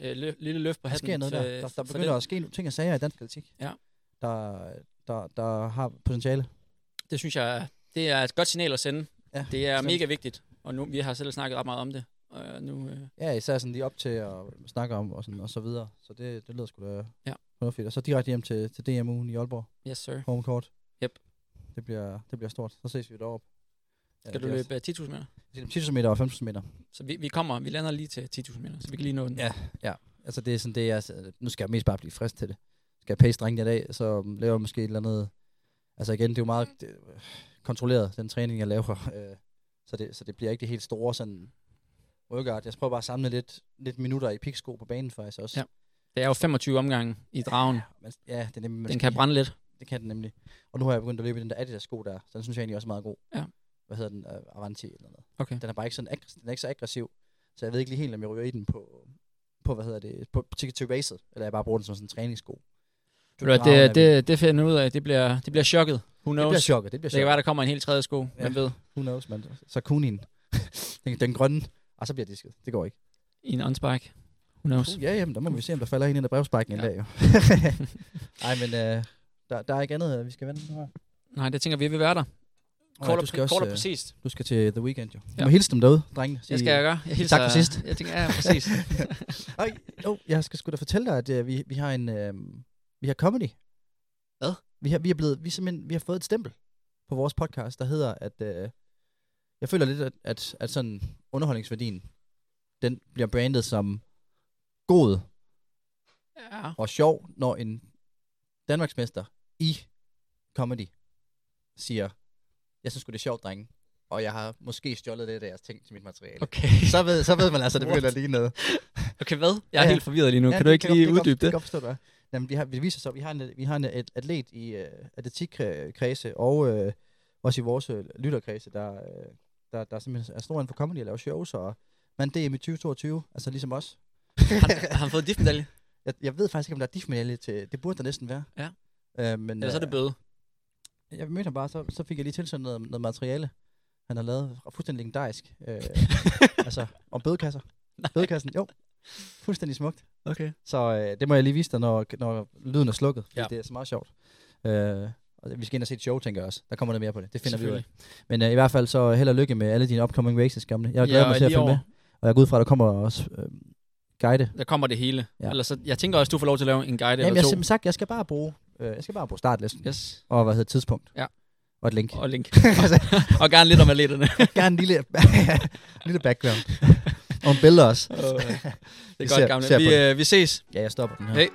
øh, lø, lille løft på
Der
hatten.
sker noget der.
for- for
Der, der
den.
begynder at ske nogle ting og sager i dansk politik.
øh, Ja.
Der, der, der har potentiale.
Det synes jeg, er- det er et godt signal at sende.
Ja,
Det er
bestemt.
mega vigtigt, og nu, vi har selv snakket ret meget om det. Og nu, øh,
Ja, især sådan lige op til at snakke om og, sådan, og så videre. Så det, det lyder sgu da
Ja.
fornuftigt. Og så direkte hjem til, til DMU'en i Aalborg.
yes sir.
Home court.
Yep.
Det bliver, det bliver stort. Så ses vi deroppe.
Skal du løbe øh, 10.000 meter?
10.000 meter og 15.000 meter.
Så vi, vi kommer, vi lander lige til 10.000 meter, så vi kan lige nå den.
Ja. Altså det er sådan det, jeg, nu skal jeg mest bare blive frisk til det. Skal jeg pace drengene i dag, så laver jeg måske et eller andet, altså igen, det er jo meget det, kontrolleret, den træning, jeg laver. Øh, så, det, så det bliver ikke det helt store sådan workout. Jeg prøver bare at samle lidt, lidt minutter i piksko på banen faktisk også.
Ja. Det er jo 25 omgange i dragen.
Men, ja, det er nemlig,
Den kan brænde lidt.
Det kan den nemlig. Og nu har jeg begyndt at løbe i den der Adidas-sko der, så den synes jeg egentlig også er meget god.
Ja.
Hvad hedder den? Uh, Avanti eller noget.
Okay.
Den er bare ikke, sådan aggres- den er ikke så aggressiv, så jeg ved ikke lige helt, om jeg ryger i den på, på hvad hedder det, på Ticket to Racet, eller jeg bare bruger den som sådan en træningssko.
Ved du hvad, Det, det, det finder jeg ud af. Det bliver, det bliver chokket. Who
det
knows?
bliver chokket, det bliver
det kan
chokket.
være, der kommer en helt tredje sko.
Ja.
Ja. Man ved.
Who knows, man. Så kunien. den, den grønne. Og så bliver jeg disket. Det går ikke.
I en unspike. Who knows?
Uh, ja, jamen, der må vi se, om der falder en ind i brevsprækken ja.
Ja.
en dag, jo. Ej, men øh, der, der er ikke andet, øh, vi skal vende. nu her.
Nej, det tænker vi, vi vil være der.
Nå,
Kort
du
og,
skal også,
kort og
øh,
præcist.
Du skal til The Weeknd, jo. Du
Ja.
må hilse dem derude, drengene.
Det skal jeg gøre. Jeg hilser,
for sidst.
Jeg tænker, ja, præcis.
Ej, jo, jeg skal sgu da fortælle dig, at øh, vi, vi har en... Øh, vi har comedy.
Hvad?
Vi har, vi er blevet... Vi, er simpelthen, vi har fået et stempel på vores podcast, der hedder, at... Øh, jeg føler lidt, at, at, at sådan underholdningsværdien, den bliver brandet som god
ja.
og sjov, når en Danmarksmester i comedy siger, jeg synes sgu, det er sjovt, drenge, og jeg har måske stjålet lidt af jeres ting til mit materiale. Okay.
Okay.
Så, ved, så ved man altså, at det
What?
begynder lige noget.
Okay, hvad? Jeg er
Ja, ja.
ja. helt forvirret lige nu. Ja, kan du
det
ikke
jeg
lige
godt-
uddybe det?
Det kan jeg godt forstå, hvad. Jamen, vi har, vi viser så, vi har en, vi har en at- atlet i øh, atletikkredse, og øh, også i vores øh, lytterkredse, der, øh, der, der simpelthen er stor inden for comedy og laver shows, og man DM i 2022, altså ligesom os.
Har, har han fået diftmedalje?
Jeg, jeg ved faktisk ikke, om der er diff til, det burde der næsten være.
Ja.
Øh, men,
Eller så er det bøde.
øh, jeg mødte ham bare, så, så fik jeg lige tilsendt noget, noget materiale, han har lavet, og fuldstændig legendarisk, øh, altså om bødekasser.
Nej.
Bødekassen, jo. Fuldstændig smukt.
Okay.
Så øh, det må jeg lige vise dig, når, når lyden er slukket, fordi ja.
Ja.
det er så meget sjovt. Øh, Og vi skal ind og se et show, tænker jeg også. Der kommer noget mere på det. Det finder vi ud af.
Selvfølgelig.
Men øh, i hvert fald så held og lykke med alle dine upcoming races, gamle. Jeg glæder
Ja,
mig til at
lige
følge med.
over.
Og jeg går ud fra, at der kommer også øh, guide.
Der kommer det hele.
Ja.
Ja. Ellers, så, jeg tænker også, du får lov til at lave en guide
Jamen,
eller
jeg,
to.
som sagt, jeg skal bare bruge, øh, jeg skal bare bruge startlisten.
Yes.
Og hvad hedder tidspunkt.
Ja.
Og et link.
Og link. og gerne lidt om atleterne.
gerne en lille, en lille background. og en billeder også.
det
Vi
er
ser-
godt, gamle.
ser på
Vi, øh, vi ses.
Ja, jeg stopper den her.
Hey.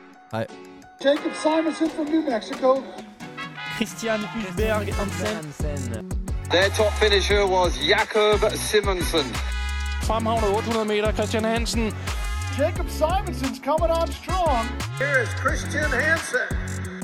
Jacob Simonson from New Mexico.
Christian Hulberg Hansen.
Their top finisher was Jakob Simonsen.
Fremhavnet 800 meter, Christian Hansen.
Jacob Simonson's coming on strong.
Here is Christian Hansen.